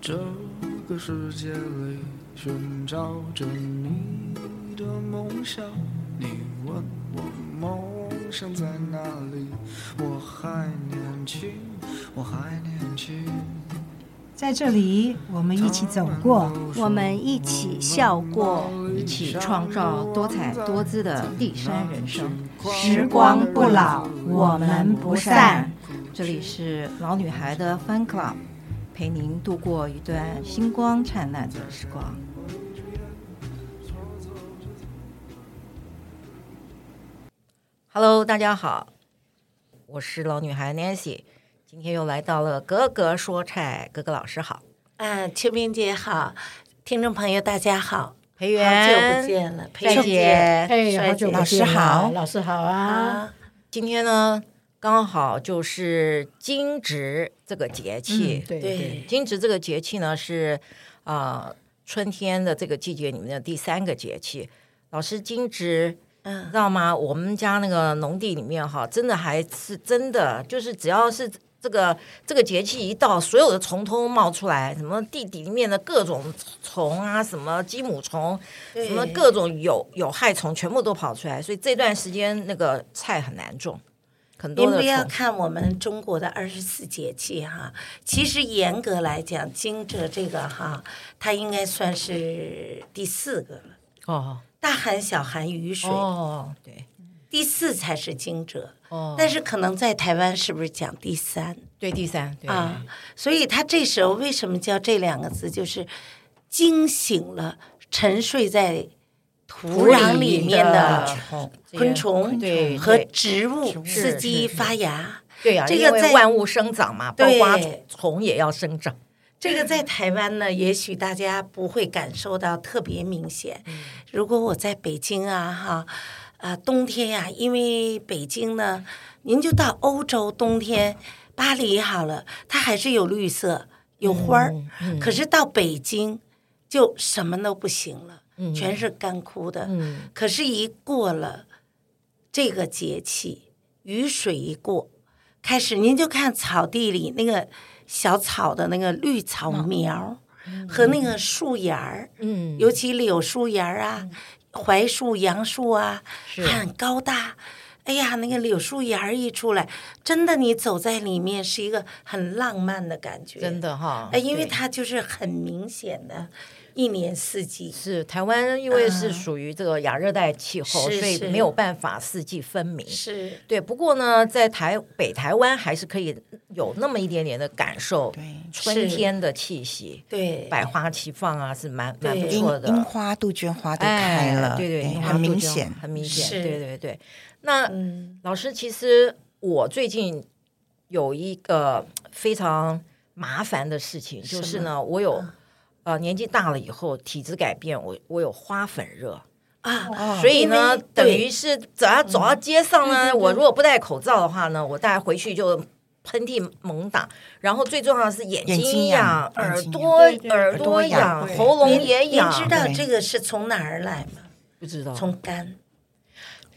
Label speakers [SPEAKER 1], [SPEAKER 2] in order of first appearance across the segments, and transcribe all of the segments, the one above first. [SPEAKER 1] 这个世界里寻找着你的梦想，你问我梦想在哪里？我还年轻，我还年轻。
[SPEAKER 2] 在这里，我们一起走过，
[SPEAKER 3] 我们一起笑过，
[SPEAKER 4] 一起创造多彩多姿的第三人生。
[SPEAKER 2] 时光不老，我们不散。
[SPEAKER 4] 这里是老女孩的 Fun Club，陪您度过一段星光灿烂的时光。Hello，大家好，我是老女孩 Nancy，今天又来到了格格说菜，格格老师好，
[SPEAKER 3] 啊，秋萍姐好，听众朋友大家好，
[SPEAKER 4] 裴
[SPEAKER 3] 好
[SPEAKER 4] 元
[SPEAKER 3] 久不见了，
[SPEAKER 4] 帅
[SPEAKER 3] 佩蓉
[SPEAKER 4] 姐
[SPEAKER 5] 嘿，
[SPEAKER 3] 帅
[SPEAKER 5] 好
[SPEAKER 3] 姐
[SPEAKER 5] 久不
[SPEAKER 4] 老师
[SPEAKER 5] 见了
[SPEAKER 4] 好
[SPEAKER 5] 老师好啊！
[SPEAKER 3] 啊，
[SPEAKER 4] 今天呢，刚好就是惊蛰这个节气
[SPEAKER 5] 嗯。对
[SPEAKER 3] 对，
[SPEAKER 4] 惊蛰这个节气呢是啊、呃春天的这个季节里面的第三个节气。老师，惊蛰你
[SPEAKER 3] 嗯
[SPEAKER 4] 知，道吗？我们家那个农地里面哈，真的还是真的，就是只要是这个这个节气一到，所有的虫通通冒出来，什么地底里面的各种虫啊，什么鸡母虫，
[SPEAKER 3] 对
[SPEAKER 4] 什么各种有有害虫全部都跑出来，所以这段时间那个菜很难种，很多
[SPEAKER 3] 您
[SPEAKER 4] 的
[SPEAKER 3] 不要
[SPEAKER 4] 虫。
[SPEAKER 3] 看我们中国的二十四节气哈，其实严格来讲，惊蛰这个哈，它应该算是第四个了。
[SPEAKER 4] 哦
[SPEAKER 3] 大寒、小寒、雨水，
[SPEAKER 4] 哦，对
[SPEAKER 3] 第四才是惊蛰。
[SPEAKER 4] 哦，
[SPEAKER 3] 但是可能在台湾是不是讲第三
[SPEAKER 4] 对第三对
[SPEAKER 3] 啊？所以它这时候为什么叫这两个字？就是惊醒了沉睡在土壤里面的
[SPEAKER 4] 虫
[SPEAKER 3] 昆虫
[SPEAKER 4] 对
[SPEAKER 3] 和
[SPEAKER 4] 对
[SPEAKER 3] 植
[SPEAKER 4] 植物
[SPEAKER 3] 物
[SPEAKER 4] 是
[SPEAKER 3] 伺机发芽。
[SPEAKER 4] 对呀、啊，
[SPEAKER 3] 这
[SPEAKER 4] 因
[SPEAKER 3] 个
[SPEAKER 4] 为
[SPEAKER 3] 在
[SPEAKER 4] 万物生长嘛，包
[SPEAKER 3] 对
[SPEAKER 4] 括虫也要生长。
[SPEAKER 3] 这个在台湾呢，也许大家不会感受到特别明显。如果我在北京啊，哈，啊、冬天呀、因为北京呢，您就到欧洲冬天，巴黎好了，它还是有绿色，有花儿、可是到北京就什么都不行了，全是干枯的。
[SPEAKER 4] 嗯，
[SPEAKER 3] 可是，一过了这个节气，雨水一过，开始您就看草地里那个小草的那个绿草苗儿和那个树芽儿，
[SPEAKER 4] 嗯，
[SPEAKER 3] 尤其柳树芽儿啊、槐树、杨树啊，很高大。哎呀，那个柳树芽儿一出来，真的你走在里面是一个很浪漫的感觉，
[SPEAKER 4] 真。的哈，
[SPEAKER 3] 哎，因为
[SPEAKER 4] 对
[SPEAKER 3] 它就是很明显的，一年四季。
[SPEAKER 4] 是台湾，因为是属于这个亚热带气候，
[SPEAKER 3] 是
[SPEAKER 4] 所以
[SPEAKER 3] 是
[SPEAKER 4] 没有办法四季分明。
[SPEAKER 3] 是，
[SPEAKER 4] 对，不过呢，在台北台湾还是可以有那么一点点的感受，
[SPEAKER 6] 对，
[SPEAKER 4] 春天的气息，
[SPEAKER 3] 对，
[SPEAKER 4] 百花齐放啊，是蛮蛮不
[SPEAKER 3] 对
[SPEAKER 6] 樱
[SPEAKER 4] 错的。
[SPEAKER 6] 樱花、杜鹃花都开了，
[SPEAKER 4] 哎、对对，樱花
[SPEAKER 6] 很
[SPEAKER 4] 杜
[SPEAKER 6] 明
[SPEAKER 4] 鹃
[SPEAKER 6] 显。
[SPEAKER 4] 很明显，
[SPEAKER 3] 是
[SPEAKER 4] 对对对。那、
[SPEAKER 3] 嗯。
[SPEAKER 4] 老师，其实我最近有一个非常麻烦的事情，就是呢，我有
[SPEAKER 6] 嗯
[SPEAKER 4] 呃年纪大了以后体质改变，我我有花粉热，
[SPEAKER 3] 啊，
[SPEAKER 6] 哦
[SPEAKER 4] 所以
[SPEAKER 3] 因
[SPEAKER 4] 呢
[SPEAKER 3] 为，
[SPEAKER 4] 等
[SPEAKER 3] 对
[SPEAKER 4] 于是走到走
[SPEAKER 6] 嗯
[SPEAKER 4] 到街上呢，我如果不戴口罩的话呢，我大概回去就。喷嚏猛打，然后最重要的是眼
[SPEAKER 6] 眼睛
[SPEAKER 4] 睛
[SPEAKER 6] 痒眼
[SPEAKER 4] 耳
[SPEAKER 6] 睛
[SPEAKER 4] 朵
[SPEAKER 6] 痒对对
[SPEAKER 4] 耳
[SPEAKER 6] 耳
[SPEAKER 4] 朵
[SPEAKER 6] 朵
[SPEAKER 4] 痒
[SPEAKER 6] 痒，对
[SPEAKER 4] 喉咙
[SPEAKER 3] 您
[SPEAKER 4] 也痒。
[SPEAKER 3] 您知道
[SPEAKER 6] 哎对哦
[SPEAKER 3] 这个是从哪儿来吗？
[SPEAKER 4] 不知道？
[SPEAKER 3] 从肝，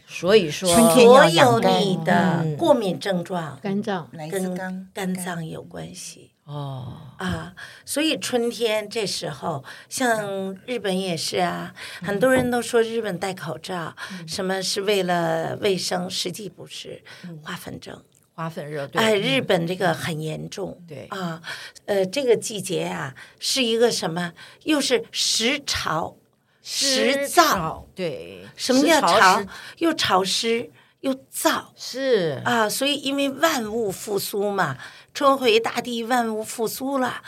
[SPEAKER 4] 所以说，
[SPEAKER 6] 春天
[SPEAKER 3] 所
[SPEAKER 6] 要养
[SPEAKER 3] 有
[SPEAKER 6] 肝嗯
[SPEAKER 3] 你的过敏症状
[SPEAKER 5] 干燥，
[SPEAKER 6] 来自
[SPEAKER 3] 跟
[SPEAKER 6] 刚
[SPEAKER 3] 肝脏有关系
[SPEAKER 4] 哦，
[SPEAKER 3] 啊。所以春天这时候，像日本也是啊，
[SPEAKER 6] 嗯
[SPEAKER 3] 很多人都说日本戴口罩，什么是为了卫生，实际不是，
[SPEAKER 6] 嗯
[SPEAKER 3] 花粉症。
[SPEAKER 4] 花粉热，对嗯
[SPEAKER 3] 哎，日本这个很严重，
[SPEAKER 4] 对
[SPEAKER 3] 啊，呃，这个季节啊，是一个什么？又是时潮，时燥，
[SPEAKER 4] 燥，对，
[SPEAKER 3] 什么叫
[SPEAKER 4] 时
[SPEAKER 3] 潮
[SPEAKER 4] 时？
[SPEAKER 3] 又潮湿又燥
[SPEAKER 4] 是
[SPEAKER 3] 啊！所以因为万物复苏嘛，春回大地，万物复苏了，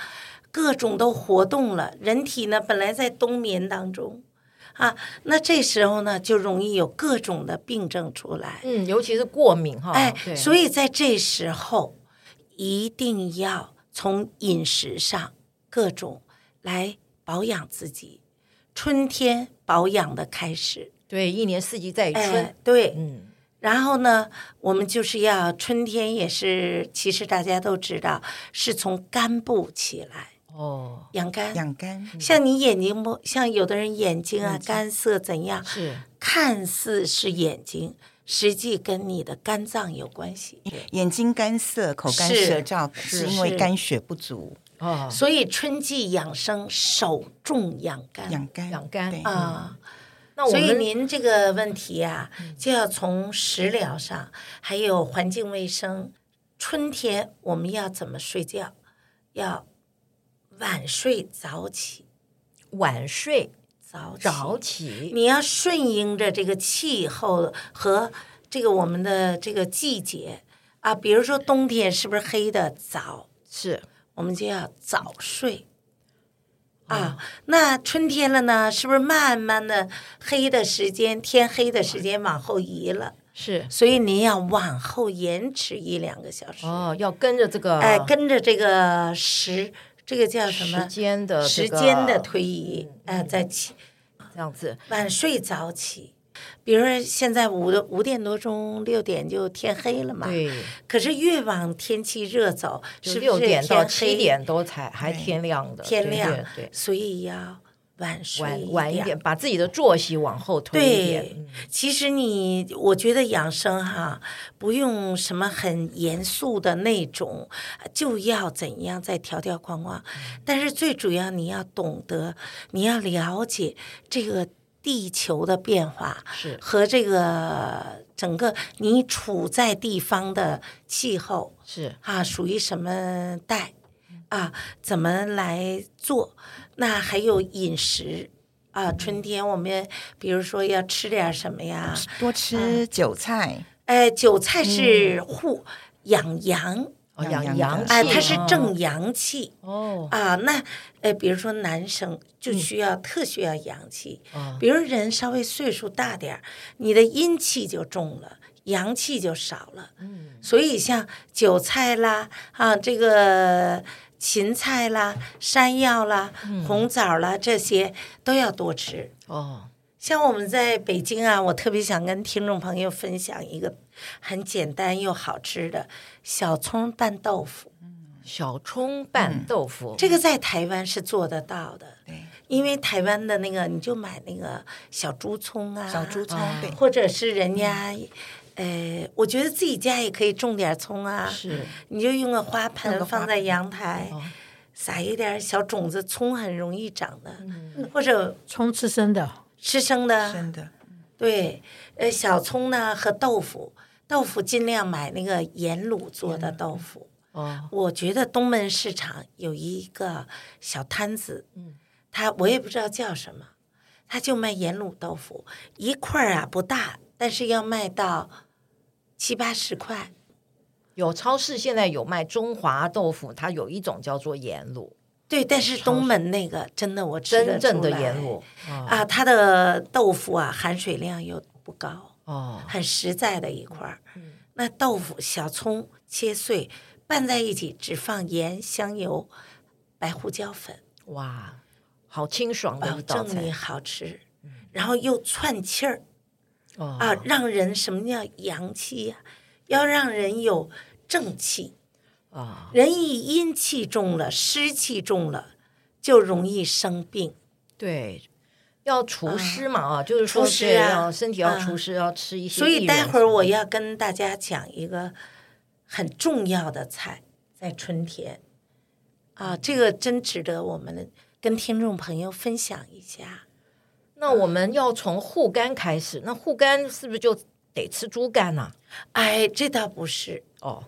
[SPEAKER 3] 各种都活动了。人体呢本来在冬眠当中啊，那这时候呢就容易有各种的病症出来。
[SPEAKER 4] 嗯，尤其是过敏哈，
[SPEAKER 3] 哎，
[SPEAKER 4] 对
[SPEAKER 3] 所以在这时候一定要从饮食上各种来保养自己。春天保养的开始，
[SPEAKER 4] 对一年四季在于春
[SPEAKER 3] 哎，，对，
[SPEAKER 4] 嗯，
[SPEAKER 3] 然后呢，我们就是要春天也是，其实大家都知道是从干部起来，
[SPEAKER 4] 哦，
[SPEAKER 3] 养肝。
[SPEAKER 6] 养肝，嗯
[SPEAKER 3] 像你眼睛不像有的人眼睛啊干涩怎样，
[SPEAKER 4] 是
[SPEAKER 3] 看似是眼睛，实际跟你的肝脏有关系。
[SPEAKER 6] 眼睛干涩、口干
[SPEAKER 3] 是
[SPEAKER 6] 舌燥，
[SPEAKER 3] 是
[SPEAKER 6] 是因为
[SPEAKER 3] 是
[SPEAKER 6] 肝血不足，
[SPEAKER 4] 哦，
[SPEAKER 3] 所以春季养生首重养肝
[SPEAKER 6] 养肝，
[SPEAKER 4] 养肝
[SPEAKER 6] 对
[SPEAKER 3] 啊。
[SPEAKER 4] 那我
[SPEAKER 3] 哎所以
[SPEAKER 4] 们嗯
[SPEAKER 3] 您这个问题啊，就要从食疗上，还有环境卫生。春天我们要怎么睡觉？要晚睡早起，
[SPEAKER 4] 晚睡
[SPEAKER 3] 早起
[SPEAKER 4] 早起，
[SPEAKER 3] 你要顺应着这个气候和这个我们的这个季节啊，比如说冬天是不是黑的早，
[SPEAKER 4] 是
[SPEAKER 3] 我们就要早睡
[SPEAKER 4] 哦
[SPEAKER 3] 啊。那春天了呢，是不是慢慢的黑的时间，天黑的时间往后移了？
[SPEAKER 4] 是
[SPEAKER 3] 所以您要往后延迟一两个小时，
[SPEAKER 4] 哦，要跟着这个
[SPEAKER 3] 哎，跟着这个时，这个叫什
[SPEAKER 4] 时
[SPEAKER 3] 么？
[SPEAKER 4] 间的这
[SPEAKER 3] 时
[SPEAKER 4] 个嗯
[SPEAKER 3] 间的推移，哎，在起。
[SPEAKER 4] 这样子，
[SPEAKER 3] 晚睡早起。比如说现在五五点多钟，六点就天黑了嘛。
[SPEAKER 4] 对，
[SPEAKER 3] 可是越往天气热走，
[SPEAKER 4] 就是
[SPEAKER 3] 不
[SPEAKER 4] 六
[SPEAKER 3] 是
[SPEAKER 4] 点到
[SPEAKER 3] 天
[SPEAKER 4] 七
[SPEAKER 3] 黑
[SPEAKER 4] 点都才还天亮的，
[SPEAKER 3] 天
[SPEAKER 4] 对
[SPEAKER 3] 亮？
[SPEAKER 4] 对，
[SPEAKER 3] 所以要晚睡
[SPEAKER 4] 晚晚一
[SPEAKER 3] 一
[SPEAKER 4] 点，。把自己的作息往后推一
[SPEAKER 3] 对
[SPEAKER 4] 点，，嗯
[SPEAKER 3] 其实你，我觉得养生哈，不用什么很严肃的那种，就要怎样再条条框框。
[SPEAKER 4] 嗯
[SPEAKER 3] 但是最主要，你要懂得，你要了解这个地球的变化，
[SPEAKER 4] 是
[SPEAKER 3] 和这个整个你处在地方的气候
[SPEAKER 4] 是
[SPEAKER 3] 啊，属于什么带啊，怎么来做？那还有饮食啊，春天我们比如说要吃点什么呀？
[SPEAKER 6] 多吃韭菜，
[SPEAKER 3] 哎，韭菜是护养阳，
[SPEAKER 4] 哦
[SPEAKER 6] 养
[SPEAKER 4] 养
[SPEAKER 6] 阳
[SPEAKER 4] 阳
[SPEAKER 6] 的
[SPEAKER 4] 气，
[SPEAKER 3] 哎，它是
[SPEAKER 4] 哦
[SPEAKER 3] 正阳气。
[SPEAKER 4] 哦
[SPEAKER 3] 啊，那呃，比如说男生就需要、特需要阳气，
[SPEAKER 4] 哦
[SPEAKER 3] 比如人稍微岁数大点儿，你的阴气就重了，阳气就少了。嗯，所以像韭菜啦，啊，这个芹菜啦、山药啦、红枣啦这些都要多吃。
[SPEAKER 4] 哦，
[SPEAKER 3] 像我们在北京啊，我特别想跟听众朋友分享一个很简单又好吃的小葱拌豆腐。
[SPEAKER 4] 小葱拌豆腐，
[SPEAKER 3] 嗯这个在台湾是做得到的，
[SPEAKER 6] 对，
[SPEAKER 3] 因为台湾的那个你就买那个小猪葱啊，
[SPEAKER 6] 小猪葱
[SPEAKER 4] 啊，
[SPEAKER 6] 对，
[SPEAKER 3] 或者是人家，呃，我觉得自己家也可以种点葱啊，
[SPEAKER 4] 是
[SPEAKER 3] 你就用个花盆
[SPEAKER 6] 用个花
[SPEAKER 3] 放在阳台
[SPEAKER 4] 哦，
[SPEAKER 3] 撒一点小种子，葱很容易长的，或者
[SPEAKER 5] 葱吃生的，
[SPEAKER 3] 吃生的，
[SPEAKER 6] 真的
[SPEAKER 3] 对，呃，小葱呢和豆腐，豆腐尽量买那个盐卤做的豆腐。
[SPEAKER 4] 哦
[SPEAKER 3] 我觉得东门市场有一个小摊子，嗯，他我也不知道叫什么，他就卖盐卤豆腐，一块儿啊不大，但是要卖到七八十块。
[SPEAKER 4] 有超市现在有卖中华豆腐，它有一种叫做盐卤，
[SPEAKER 3] 对，但是东门那个真的我吃得
[SPEAKER 4] 真正的
[SPEAKER 3] 出来
[SPEAKER 4] 盐卤啊
[SPEAKER 3] 啊，它的豆腐啊含水量又不高，
[SPEAKER 4] 哦
[SPEAKER 3] 很实在的一块儿。
[SPEAKER 4] 嗯
[SPEAKER 3] 那豆腐、小葱切碎拌在一起，只放盐、香油、白胡椒粉。
[SPEAKER 4] 哇，好清爽的
[SPEAKER 3] 保
[SPEAKER 4] 一道
[SPEAKER 3] 证你啊
[SPEAKER 4] 菜嗯
[SPEAKER 3] 好吃，然后又窜气儿
[SPEAKER 4] 哦
[SPEAKER 3] 啊，让人什么叫阳气呀、要让人有正气。
[SPEAKER 4] 啊
[SPEAKER 3] 人一阴气重了，湿气重了，就容易生病。
[SPEAKER 4] 对。要除湿嘛啊，就是说
[SPEAKER 3] 除湿
[SPEAKER 4] 对
[SPEAKER 3] 啊
[SPEAKER 4] 要身体要
[SPEAKER 3] 啊
[SPEAKER 4] 除湿，要吃一些啊
[SPEAKER 3] 所
[SPEAKER 4] 薏仁什么的。
[SPEAKER 3] 以待会儿我要跟大家讲一个很重要的菜，在春天啊，这个真值得我们跟听众朋友分享一下。
[SPEAKER 4] 那我们要从护肝开始，那护肝是不是就得吃猪肝呐、
[SPEAKER 3] 哎，这倒不是，
[SPEAKER 4] 哦，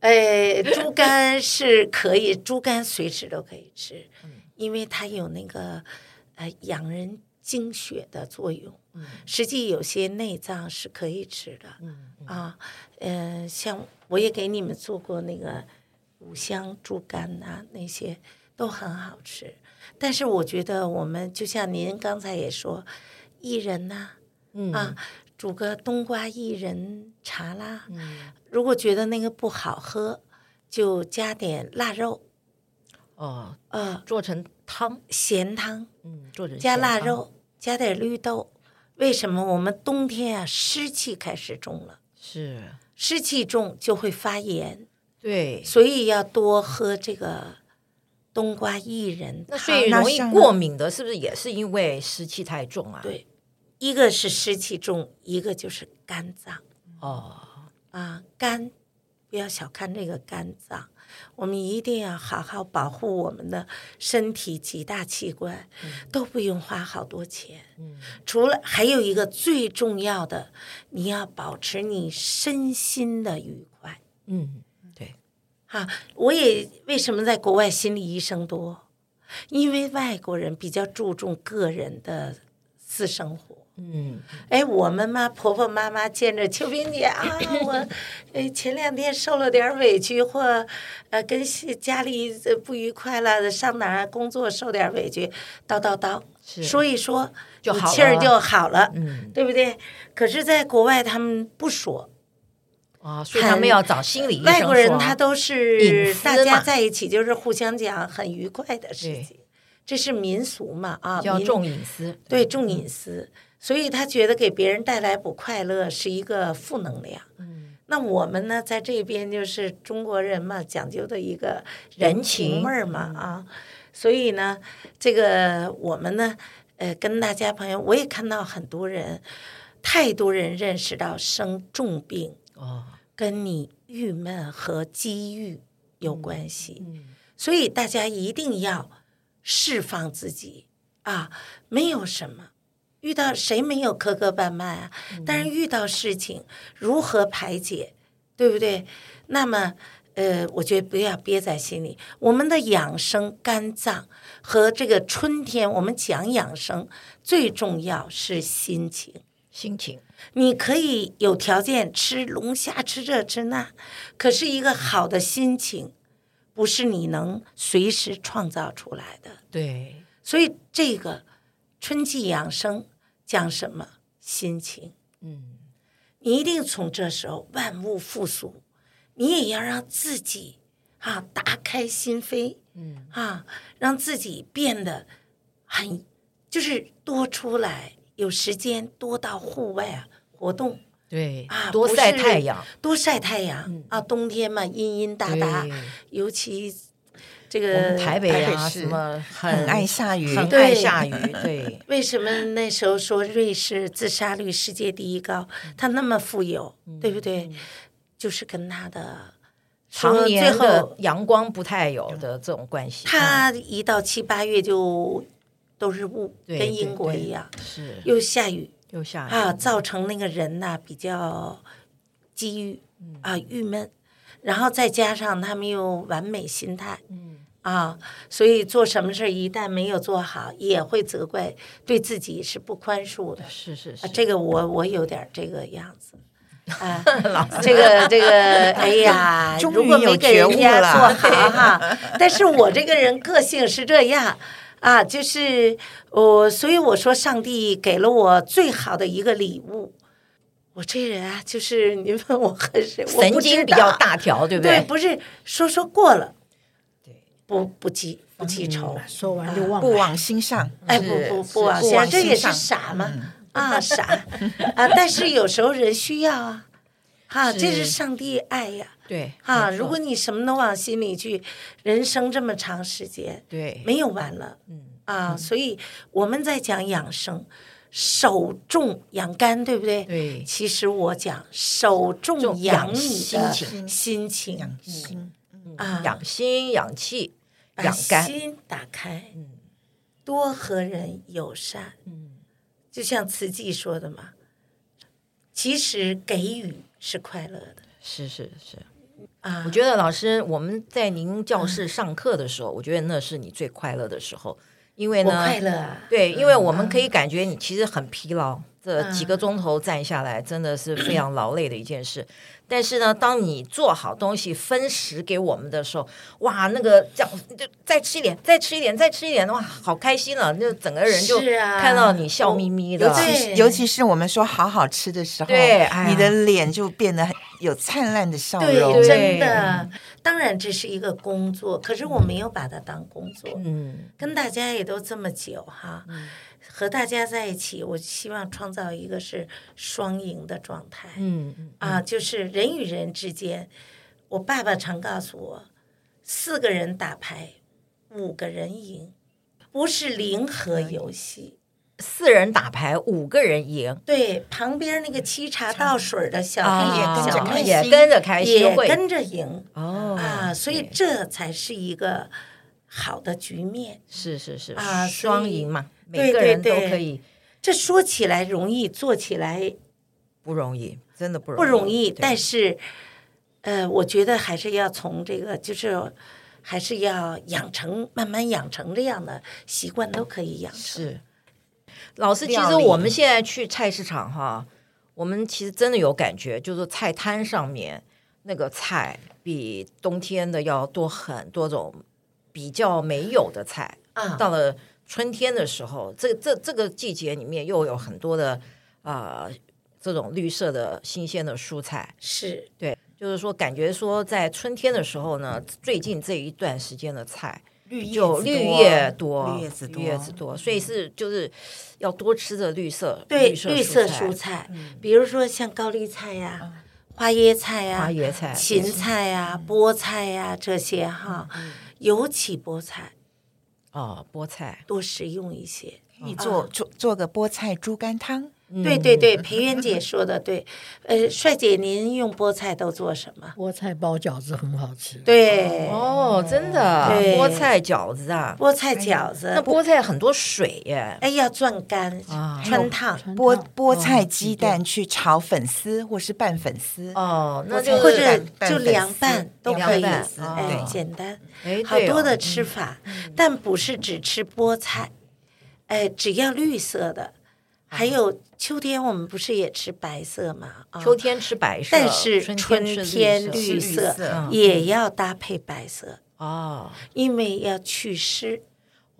[SPEAKER 3] 哎，猪肝是可以，猪肝随时都可以吃，因为它有那个呃养人精血的作用。实际有些内脏是可以吃的，啊，嗯，像我也给你们做过那个五香猪肝呐、那些都很好吃。但是我觉得我们就像您刚才也说，薏仁呐、
[SPEAKER 4] 嗯
[SPEAKER 3] 啊，煮个冬瓜薏仁茶啦。如果觉得那个不好喝，就加点腊肉，
[SPEAKER 4] 哦，
[SPEAKER 3] 呃，
[SPEAKER 4] 做成汤，
[SPEAKER 3] 咸汤，
[SPEAKER 4] 嗯，做成
[SPEAKER 3] 加
[SPEAKER 4] 咸
[SPEAKER 3] 腊
[SPEAKER 4] 汤，
[SPEAKER 3] 肉，加点绿豆。为什么我们冬天啊湿气开始重了？
[SPEAKER 4] 是，
[SPEAKER 3] 湿气重就会发炎，
[SPEAKER 4] 对，
[SPEAKER 3] 所以要多喝这个冬瓜薏仁
[SPEAKER 4] 那
[SPEAKER 3] 汤。
[SPEAKER 4] 所以
[SPEAKER 6] 那
[SPEAKER 4] 容易
[SPEAKER 6] 像
[SPEAKER 4] 过敏的，是不是也是因为湿气太重啊？，
[SPEAKER 3] 对，一个是湿气重，一个就是肝脏
[SPEAKER 4] 哦，
[SPEAKER 3] 啊，肝不要小看这个肝脏，我们一定要好好保护我们的身体几大器官，都不用花好多钱。
[SPEAKER 4] 嗯，
[SPEAKER 3] 除了还有一个最重要的，你要保持你身心的愉快。
[SPEAKER 4] 嗯，对，
[SPEAKER 3] 哈，我也为什么在国外心理医生多？因为外国人比较注重个人的私生活。
[SPEAKER 4] 嗯，
[SPEAKER 3] 哎，我们妈婆婆妈妈见着秋萍姐 啊，我哎前两天受了点委屈，或呃跟是家里呃不愉快了，上哪儿工作受点委屈，叨叨叨
[SPEAKER 4] 是
[SPEAKER 3] 说一说，
[SPEAKER 4] 就
[SPEAKER 3] 你
[SPEAKER 4] 好
[SPEAKER 3] 气儿
[SPEAKER 4] 了啊
[SPEAKER 3] 就好了，
[SPEAKER 4] 嗯
[SPEAKER 3] 对不对？可是，在国外他们不说，
[SPEAKER 4] 啊，所以他们
[SPEAKER 3] 很
[SPEAKER 4] 要找心理医生
[SPEAKER 3] 外国人
[SPEAKER 4] 说啊
[SPEAKER 3] 他都
[SPEAKER 4] 隐
[SPEAKER 3] 是
[SPEAKER 4] 私
[SPEAKER 3] 大家
[SPEAKER 4] 嘛
[SPEAKER 3] 在一起就是互相讲很愉快的事
[SPEAKER 4] 对
[SPEAKER 3] 情，这是民俗嘛啊，
[SPEAKER 4] 比较
[SPEAKER 3] 民
[SPEAKER 4] 重隐私，
[SPEAKER 3] 对重隐私，所以他觉得给别人带来不快乐是一个负能量。
[SPEAKER 4] 嗯，
[SPEAKER 3] 那我们呢，在这边就是中国人嘛，讲究的一个
[SPEAKER 4] 人
[SPEAKER 3] 情
[SPEAKER 4] 情嗯
[SPEAKER 3] 味儿嘛啊，所以呢，这个我们呢，呃，跟大家朋友，我也看到很多人，太多人认识到生重病
[SPEAKER 4] 哦，
[SPEAKER 3] 跟你郁闷和机遇有关系。
[SPEAKER 4] 嗯，
[SPEAKER 3] 所以大家一定要释放自己啊，没有什么。遇到谁没有磕磕绊绊啊？
[SPEAKER 4] 嗯
[SPEAKER 3] 但是遇到事情如何排解，对不对？那么，呃，我觉得不要憋在心里。我们的养生、肝脏和这个春天，我们讲养生，最重要是心情。
[SPEAKER 4] 心情
[SPEAKER 3] 你可以有条件吃龙虾，吃这吃那，可是一个好的心情，不是你能随时创造出来的。
[SPEAKER 4] 对，
[SPEAKER 3] 所以这个春季养生讲什么心情？
[SPEAKER 4] 嗯，
[SPEAKER 3] 你一定从这时候万物复苏，你也要让自己啊打开心扉，
[SPEAKER 4] 嗯
[SPEAKER 3] 啊，让自己变得很就是多出来，有时间多到户外啊活动。
[SPEAKER 4] 对
[SPEAKER 3] 啊，
[SPEAKER 4] 多
[SPEAKER 3] 不
[SPEAKER 4] 晒
[SPEAKER 3] 是
[SPEAKER 4] 太阳，
[SPEAKER 3] 多晒太阳、啊，冬天嘛，阴阴大大
[SPEAKER 4] 嗯
[SPEAKER 3] 呃
[SPEAKER 4] 对，
[SPEAKER 3] 尤其这
[SPEAKER 4] 我们
[SPEAKER 3] 个
[SPEAKER 4] 台北
[SPEAKER 6] 台北
[SPEAKER 4] 啊，
[SPEAKER 6] 市
[SPEAKER 4] 什么很
[SPEAKER 6] 很爱下雨，
[SPEAKER 4] 很爱
[SPEAKER 3] 对
[SPEAKER 4] 下雨，对，
[SPEAKER 3] 为什么那时候说瑞士自杀率世界第一高？
[SPEAKER 4] 嗯
[SPEAKER 3] 它那么富有，对不对？就是跟它的
[SPEAKER 4] 常
[SPEAKER 3] 说
[SPEAKER 4] 年
[SPEAKER 3] 最
[SPEAKER 4] 的
[SPEAKER 3] 后
[SPEAKER 4] 阳光不太有的这种关系，
[SPEAKER 3] 它一到七八月就都是雾，
[SPEAKER 4] 对
[SPEAKER 3] 跟
[SPEAKER 4] 对
[SPEAKER 3] 英国
[SPEAKER 4] 对
[SPEAKER 3] 一样，
[SPEAKER 4] 嗯是
[SPEAKER 3] 又下雨
[SPEAKER 4] 又下雨
[SPEAKER 3] 啊，造成那个人呐、比较机遇啊郁闷，然后再加上他们又完美心态，
[SPEAKER 4] 嗯
[SPEAKER 3] 啊，所以做什么事儿一旦没有做好，也会责怪，对自己是不宽恕的。
[SPEAKER 4] 是是是
[SPEAKER 3] 啊，，这个我我有点儿这个样子。啊， 这个这个，哎呀，
[SPEAKER 6] 终于
[SPEAKER 3] 如果没
[SPEAKER 6] 有
[SPEAKER 3] 给
[SPEAKER 6] 觉
[SPEAKER 3] 人
[SPEAKER 6] 悟
[SPEAKER 3] 家
[SPEAKER 6] 了
[SPEAKER 3] 做 好哈，但是我这个人个性是这样啊，就是我，所以我说上帝给了我最好的一个礼物。我这人啊，就是你问我很神，我
[SPEAKER 4] 神
[SPEAKER 3] 不知
[SPEAKER 4] 经比较
[SPEAKER 3] 道
[SPEAKER 4] 大条，对不
[SPEAKER 3] 对，
[SPEAKER 4] 对？
[SPEAKER 3] 不是说说过了，
[SPEAKER 4] 对，嗯
[SPEAKER 3] 不不记不记仇，
[SPEAKER 5] 说完就忘
[SPEAKER 6] 不
[SPEAKER 5] 了。
[SPEAKER 6] 往心上。
[SPEAKER 3] 哎，
[SPEAKER 6] 是
[SPEAKER 3] 不不
[SPEAKER 6] 是
[SPEAKER 3] 不往
[SPEAKER 6] 不
[SPEAKER 3] 心上，
[SPEAKER 6] 往
[SPEAKER 3] 这
[SPEAKER 6] 心
[SPEAKER 3] 也是
[SPEAKER 6] 上。
[SPEAKER 3] 傻嘛，啊傻啊！但是有时候人需要啊，哈、这是
[SPEAKER 4] 是
[SPEAKER 3] 上帝爱呀、
[SPEAKER 4] 对
[SPEAKER 3] 哈、啊
[SPEAKER 4] 没错
[SPEAKER 3] 如果你什么都往心里去，人生这么长时间
[SPEAKER 4] 对
[SPEAKER 3] 没有完了，
[SPEAKER 4] 嗯
[SPEAKER 3] 啊，所以我们在讲养生，手重养肝，对不对？
[SPEAKER 4] 对
[SPEAKER 3] 其实我讲手重
[SPEAKER 4] 重
[SPEAKER 3] 养
[SPEAKER 4] 养
[SPEAKER 3] 你
[SPEAKER 4] 心
[SPEAKER 3] 的
[SPEAKER 4] 情
[SPEAKER 3] 心情，啊，
[SPEAKER 4] 嗯养心养气
[SPEAKER 3] 把
[SPEAKER 4] 养肝，
[SPEAKER 3] 啊心打开，
[SPEAKER 4] 嗯
[SPEAKER 3] 多和人友善。
[SPEAKER 4] 嗯
[SPEAKER 3] 就像慈济说的嘛，其实给予是快乐的
[SPEAKER 4] 是是是。
[SPEAKER 3] 啊。
[SPEAKER 4] 我觉得老师，我们在您教
[SPEAKER 3] 嗯
[SPEAKER 4] 室上课的时候，我觉得那是你最快乐的时候，因为
[SPEAKER 3] 我
[SPEAKER 4] 呢，
[SPEAKER 3] 快乐啊，
[SPEAKER 4] 对，因为我们可以感觉你其实很疲劳，这几
[SPEAKER 3] 嗯
[SPEAKER 4] 个钟头站下来真的是非常劳累的一件事。但是呢，当你做好东西分食给我们的时候，哇，那个这样就再吃一点，再吃一点，再吃一点，哇，好开心了，就整个人就
[SPEAKER 3] 就是啊
[SPEAKER 4] 看到你笑眯眯的
[SPEAKER 3] 尤。其哦
[SPEAKER 6] 尤其是我们说好好吃的时候，
[SPEAKER 4] 对哎呀
[SPEAKER 6] 你的脸就变得很有灿烂的笑
[SPEAKER 3] 对，
[SPEAKER 6] 容。
[SPEAKER 3] 真的。当然这是一个工作，可是我没有把它当工作。
[SPEAKER 4] 嗯，
[SPEAKER 3] 跟大家也都这么久哈，和大家在一起，我希望创造一个是双赢的状态。
[SPEAKER 4] 嗯，
[SPEAKER 3] 啊，就是人与人之间，我爸爸常告诉我，四个人打牌，五个人赢，不是零和
[SPEAKER 4] 嗯
[SPEAKER 3] 游戏。
[SPEAKER 4] 四人打牌，五个人赢，
[SPEAKER 3] 对，旁边那个沏茶倒水的小
[SPEAKER 4] 啊
[SPEAKER 3] 小妹
[SPEAKER 6] 开心
[SPEAKER 4] 也跟着开心
[SPEAKER 3] 也
[SPEAKER 4] 会
[SPEAKER 3] 跟着赢
[SPEAKER 4] 哦
[SPEAKER 3] 啊，所以这才是一个好的局面。
[SPEAKER 4] 是是是
[SPEAKER 3] 啊所以
[SPEAKER 4] 双赢嘛，
[SPEAKER 3] 对
[SPEAKER 4] 每个人都
[SPEAKER 3] 对对
[SPEAKER 4] 可以，
[SPEAKER 3] 这说起来容易，做起来
[SPEAKER 4] 不容易，真的不容易，
[SPEAKER 3] 不容易，
[SPEAKER 4] 对
[SPEAKER 3] 但是，呃，我觉得还是要从这个，就是还是要养成，慢慢养成这样的习惯，都可以养成。
[SPEAKER 4] 是老师，其
[SPEAKER 6] 料
[SPEAKER 4] 实
[SPEAKER 6] 理
[SPEAKER 4] 我们现在去菜市场哈，我们其实真的有感觉，就是说菜摊上面那个菜比冬天的要多很多种比较没有的菜。
[SPEAKER 3] 啊
[SPEAKER 4] 到了春天的时候，这这这个季节里面又有很多的啊、呃这种绿色的新鲜的蔬菜，
[SPEAKER 3] 是
[SPEAKER 4] 对，就是说感觉说在春天的时候呢，最近这一段时间的菜
[SPEAKER 6] 绿叶
[SPEAKER 4] 就
[SPEAKER 6] 子
[SPEAKER 4] 绿
[SPEAKER 6] 多
[SPEAKER 4] 叶多，
[SPEAKER 6] 绿叶子多，
[SPEAKER 4] 绿叶子多，所以是就是要多吃的绿色，
[SPEAKER 3] 对
[SPEAKER 4] 色
[SPEAKER 3] 绿色蔬
[SPEAKER 4] 菜、嗯啊
[SPEAKER 3] 菜，比如说像高丽菜呀、花椰菜
[SPEAKER 4] 花
[SPEAKER 3] 呀、
[SPEAKER 4] 椰菜、嗯
[SPEAKER 3] 芹菜呀、菠菜呀这些哈，尤其菠菜
[SPEAKER 4] 哦，菠菜，
[SPEAKER 3] 多食用一些。
[SPEAKER 6] 你做做做个菠菜猪肝汤，
[SPEAKER 4] 嗯
[SPEAKER 3] 对对对，裴元姐说的对。呃，帅姐，您用菠菜都做什 么？
[SPEAKER 5] 菠菜包饺子很好吃。
[SPEAKER 3] 对，
[SPEAKER 4] 哦，真的
[SPEAKER 3] 对
[SPEAKER 4] 菠菜饺子啊，
[SPEAKER 3] 菠菜饺子，
[SPEAKER 4] 那菠菜很多水耶，
[SPEAKER 3] 哎，要攥干、
[SPEAKER 4] 啊
[SPEAKER 3] 穿烫，
[SPEAKER 5] 川
[SPEAKER 6] 菠
[SPEAKER 5] 烫
[SPEAKER 3] 哦
[SPEAKER 6] 菠菜鸡蛋去炒粉丝或是拌粉丝，
[SPEAKER 4] 哦，
[SPEAKER 6] 菠
[SPEAKER 4] 那
[SPEAKER 6] 菜
[SPEAKER 4] 就
[SPEAKER 3] 或
[SPEAKER 4] 是
[SPEAKER 3] 者
[SPEAKER 6] 拌拌
[SPEAKER 3] 就
[SPEAKER 6] 粉
[SPEAKER 3] 凉
[SPEAKER 6] 丝
[SPEAKER 3] 拌都
[SPEAKER 6] 凉
[SPEAKER 3] 可以，
[SPEAKER 4] 拌哦
[SPEAKER 3] 哎，简单，
[SPEAKER 4] 哎，
[SPEAKER 3] 好
[SPEAKER 4] 对哦
[SPEAKER 3] 多的吃法，
[SPEAKER 4] 嗯
[SPEAKER 3] 但不是只吃菠菜，哎，只要绿色的，
[SPEAKER 4] 啊
[SPEAKER 3] 还有秋天我们不是也吃白色嘛？啊，
[SPEAKER 4] 秋天吃白色，
[SPEAKER 3] 但是
[SPEAKER 4] 春
[SPEAKER 3] 春
[SPEAKER 4] 天
[SPEAKER 3] 天
[SPEAKER 4] 吃
[SPEAKER 3] 绿
[SPEAKER 4] 绿嗯
[SPEAKER 6] 色
[SPEAKER 3] 色
[SPEAKER 6] 是绿色
[SPEAKER 3] 也要搭配白色，
[SPEAKER 4] 哦，
[SPEAKER 3] 因为要祛湿，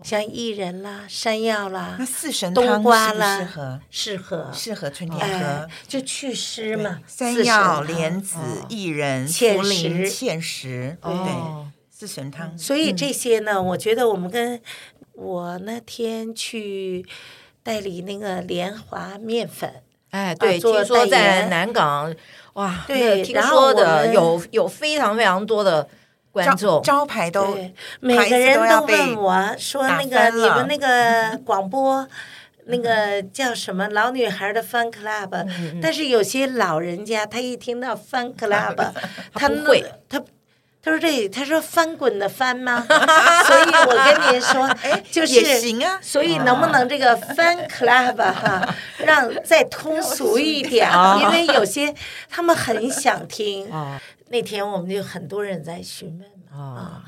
[SPEAKER 3] 像薏仁啦、山药啦
[SPEAKER 6] 那、四神汤
[SPEAKER 3] 冬瓜
[SPEAKER 6] 适不
[SPEAKER 3] 啦，
[SPEAKER 6] 适合？
[SPEAKER 3] 适合
[SPEAKER 6] 适合春天
[SPEAKER 3] 哎
[SPEAKER 6] 喝。，
[SPEAKER 3] 就祛湿
[SPEAKER 6] 对
[SPEAKER 3] 嘛，
[SPEAKER 6] 山药、
[SPEAKER 3] 四神汤啊哦
[SPEAKER 6] 莲子、薏仁、
[SPEAKER 3] 芡
[SPEAKER 6] 茯苓、
[SPEAKER 3] 实嗯
[SPEAKER 6] 芡实，对，
[SPEAKER 4] 哦，
[SPEAKER 6] 四神汤。
[SPEAKER 3] 所以这些呢，我觉得我们跟我那天去代理那个莲华面粉，
[SPEAKER 4] 哎，对，
[SPEAKER 3] 啊做
[SPEAKER 4] 听说
[SPEAKER 3] 代
[SPEAKER 4] 在
[SPEAKER 3] 言
[SPEAKER 4] 南港，哇，
[SPEAKER 3] 对
[SPEAKER 4] 那听
[SPEAKER 3] 然后
[SPEAKER 4] 说
[SPEAKER 3] 我
[SPEAKER 4] 的
[SPEAKER 3] 们
[SPEAKER 4] 有有非常非常多的观
[SPEAKER 6] 招
[SPEAKER 4] 众，
[SPEAKER 6] 招牌都
[SPEAKER 3] 对，每个人都问我说那
[SPEAKER 6] 打
[SPEAKER 3] 个
[SPEAKER 6] 翻
[SPEAKER 3] 你
[SPEAKER 6] 了嗯
[SPEAKER 3] 们那个广播。那个叫什么老女孩的 fan club，、但
[SPEAKER 6] 嗯
[SPEAKER 3] 是有些老人家他一听到 fan club，他
[SPEAKER 4] 不会
[SPEAKER 3] 那他他说这他说翻滚的 翻吗？所以我跟您说，就是
[SPEAKER 6] 哎也行啊，
[SPEAKER 3] 所以能不能这
[SPEAKER 4] 啊
[SPEAKER 3] 个 fan club 哈，让再通俗一点？因为有些他们很想听。
[SPEAKER 4] 啊
[SPEAKER 3] 那天我们就很多人在询问嘛。
[SPEAKER 4] 啊，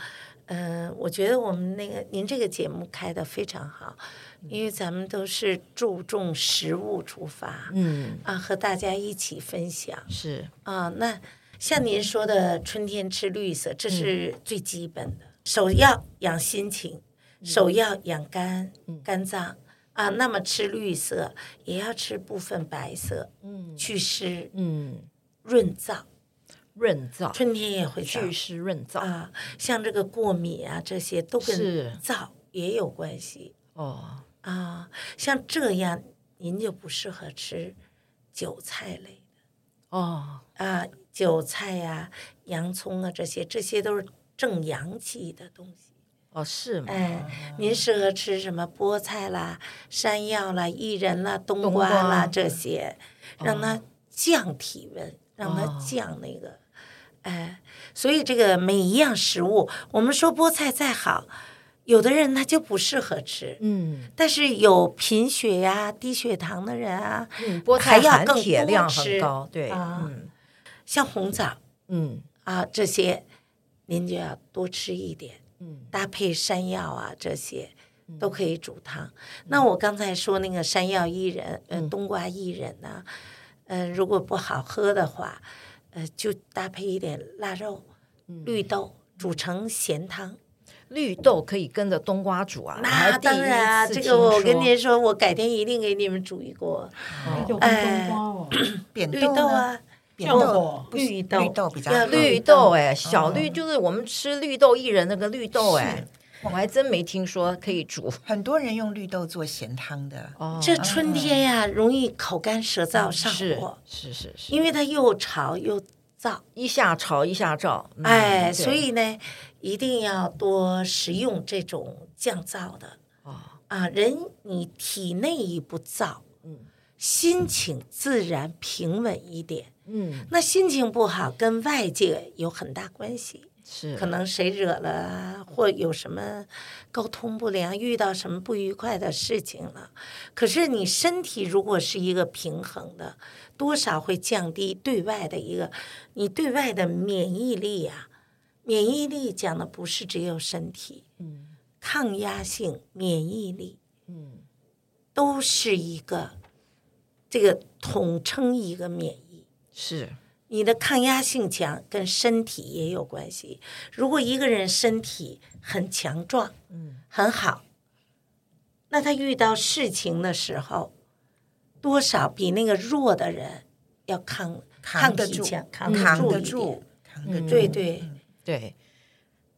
[SPEAKER 3] 嗯、我觉得我们那个您这个节目开的非常好，
[SPEAKER 4] 嗯
[SPEAKER 3] 因为咱们都是注重实物出发
[SPEAKER 4] 嗯，
[SPEAKER 3] 啊，和大家一起分享
[SPEAKER 4] 是
[SPEAKER 3] 啊。那像您说的，春天吃绿色，
[SPEAKER 4] 嗯
[SPEAKER 3] 这是最基本的，首要养心情，
[SPEAKER 4] 嗯
[SPEAKER 3] 首要养肝、肝脏啊。那么吃绿色，也要吃部分白色，嗯，祛湿
[SPEAKER 4] 嗯，
[SPEAKER 3] 润燥，
[SPEAKER 4] 润燥，
[SPEAKER 3] 春天也会燥
[SPEAKER 4] 祛湿润燥，
[SPEAKER 3] 啊，像这个过敏啊，这些都
[SPEAKER 4] 是
[SPEAKER 3] 跟燥也有关系
[SPEAKER 4] 哦，
[SPEAKER 3] 啊。像这样，您就不适合吃韭菜类
[SPEAKER 4] 哦，
[SPEAKER 3] 啊，韭菜呀、洋葱啊，这些这些都是正阳气的东西。
[SPEAKER 4] 哦，是吗？
[SPEAKER 3] 哎，您适合吃什么菠菜啦、山药啦、薏仁啦、冬瓜
[SPEAKER 4] 冬
[SPEAKER 3] 啦
[SPEAKER 4] 瓜哦
[SPEAKER 3] 这些，让它降体温，让它降那个，哎，所以这个每一样食物，我们说菠菜再好，有的人他就不适合吃，
[SPEAKER 4] 嗯
[SPEAKER 3] 但是有贫血呀、低血糖的人啊，
[SPEAKER 4] 嗯，菠
[SPEAKER 3] 还
[SPEAKER 4] 菜
[SPEAKER 3] 要
[SPEAKER 4] 含
[SPEAKER 3] 更
[SPEAKER 4] 铁
[SPEAKER 3] 多
[SPEAKER 4] 量
[SPEAKER 3] 吃
[SPEAKER 4] 很高，对，
[SPEAKER 3] 啊
[SPEAKER 4] 嗯
[SPEAKER 3] 像红枣
[SPEAKER 4] 嗯
[SPEAKER 3] 啊这些，您就要多吃一点。
[SPEAKER 4] 嗯，
[SPEAKER 3] 搭配山药啊这些都可以煮
[SPEAKER 4] 嗯
[SPEAKER 3] 汤。那我刚才说那个山药薏仁，呃，冬瓜薏仁呢、嗯、如果不好喝的话，呃，就搭配一点腊肉、
[SPEAKER 4] 嗯
[SPEAKER 3] 绿豆。煮成咸汤，
[SPEAKER 4] 绿豆可以跟着冬瓜煮啊，我还
[SPEAKER 3] 那
[SPEAKER 4] 第
[SPEAKER 3] 当
[SPEAKER 4] 一
[SPEAKER 3] 然啊，
[SPEAKER 4] 次
[SPEAKER 3] 这
[SPEAKER 4] 听
[SPEAKER 3] 个我跟
[SPEAKER 4] 说
[SPEAKER 3] 您说，我改天一定给你们煮一锅
[SPEAKER 5] 有
[SPEAKER 3] 哎
[SPEAKER 5] 冬瓜哦，
[SPEAKER 6] 扁
[SPEAKER 3] 绿豆
[SPEAKER 6] 呢，
[SPEAKER 4] 哦
[SPEAKER 3] 啊，
[SPEAKER 6] 扁
[SPEAKER 5] 像
[SPEAKER 6] 豆
[SPEAKER 5] 我
[SPEAKER 6] 不是
[SPEAKER 3] 绿豆
[SPEAKER 6] 绿豆比较
[SPEAKER 3] 要
[SPEAKER 6] 好
[SPEAKER 4] 绿豆哎、小
[SPEAKER 3] 嗯
[SPEAKER 4] 绿就是我们吃绿豆薏仁那个绿豆哎、我还真没听说可以煮
[SPEAKER 6] 很多人用绿豆做咸汤的，
[SPEAKER 4] 哦
[SPEAKER 3] 这春天呀、容易口干舌燥上
[SPEAKER 4] 嗯是
[SPEAKER 3] 火，
[SPEAKER 4] 是是是，
[SPEAKER 3] 因为它又潮又燥，
[SPEAKER 4] 一下炒一下照，嗯
[SPEAKER 3] 哎，
[SPEAKER 4] 对
[SPEAKER 3] 所以呢，一定要多食用这种降燥的
[SPEAKER 4] 哦
[SPEAKER 3] 啊。人你体内一不燥，
[SPEAKER 4] 嗯
[SPEAKER 3] 心情自然平稳一点。
[SPEAKER 4] 嗯
[SPEAKER 3] 那心情不好跟外界有很大关系，
[SPEAKER 4] 是
[SPEAKER 3] 可能谁惹了啊，或有什么沟通不良，遇到什么不愉快的事情了。可是你身体如果是一个平衡的，多少会降低对外的一个你对外的免疫力啊。免疫力讲的不是只有身体，
[SPEAKER 4] 嗯
[SPEAKER 3] 抗压性、免疫力
[SPEAKER 4] 嗯
[SPEAKER 3] 都是一个这个统称一个免疫。
[SPEAKER 4] 是
[SPEAKER 3] 你的抗压性强跟身体也有关系。如果一个人身体很强壮，
[SPEAKER 4] 嗯
[SPEAKER 3] 很好，那他遇到事情的时候，多少比那个弱的人要抗
[SPEAKER 6] 扛得
[SPEAKER 3] 体
[SPEAKER 6] 住
[SPEAKER 3] 强，扛
[SPEAKER 6] 扛得
[SPEAKER 3] 一
[SPEAKER 6] 住
[SPEAKER 3] 点。，
[SPEAKER 6] 扛得住。
[SPEAKER 3] 嗯对对，
[SPEAKER 4] 对。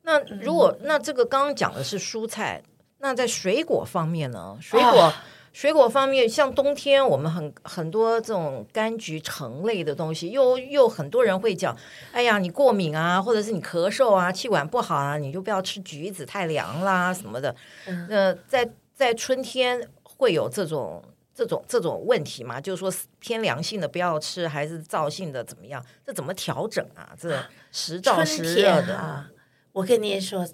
[SPEAKER 4] 那
[SPEAKER 3] 嗯
[SPEAKER 4] 如果那这个刚刚讲的是蔬菜，那在水果方面呢？水
[SPEAKER 3] 啊
[SPEAKER 4] 果、水果方面，像冬天我们很很多这种柑橘橙类的东西，又又很多人会讲，哎呀，你过敏啊，或者是你咳嗽啊，气管不好啊，你就不要吃橘子，太凉啦什么的。那、呃在在春天会有这种。这种这种问题嘛，就是说偏凉性的不要吃，还是燥性的怎么样？这怎么调整啊？这时燥时
[SPEAKER 3] 春
[SPEAKER 4] 热
[SPEAKER 3] 天
[SPEAKER 4] 的
[SPEAKER 3] 啊，我跟您说，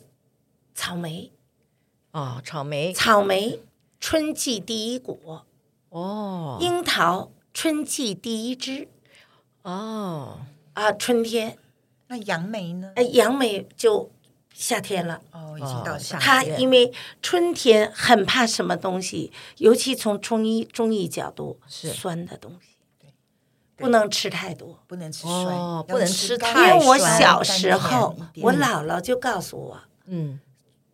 [SPEAKER 3] 草莓，
[SPEAKER 4] 哦，草莓
[SPEAKER 3] 草莓春季第一果，
[SPEAKER 4] 哦
[SPEAKER 3] 樱桃春季第一枝
[SPEAKER 4] 哦，
[SPEAKER 3] 啊，春天。
[SPEAKER 6] 那杨梅呢？
[SPEAKER 3] 哎，杨梅就夏天了。
[SPEAKER 6] 哦，已经到夏天了
[SPEAKER 4] 哦
[SPEAKER 3] 它
[SPEAKER 4] 天
[SPEAKER 3] 因为春天很怕什么东西，尤其从中医中医角度，
[SPEAKER 4] 是
[SPEAKER 3] 酸的东西，
[SPEAKER 6] 对
[SPEAKER 3] 不能吃太多。
[SPEAKER 6] 不能吃
[SPEAKER 4] 哦
[SPEAKER 6] 酸，
[SPEAKER 4] 不能吃
[SPEAKER 3] 因
[SPEAKER 4] 太
[SPEAKER 6] 太
[SPEAKER 3] 为我
[SPEAKER 4] 酸
[SPEAKER 3] 小时候，我姥姥就告诉我，
[SPEAKER 4] 嗯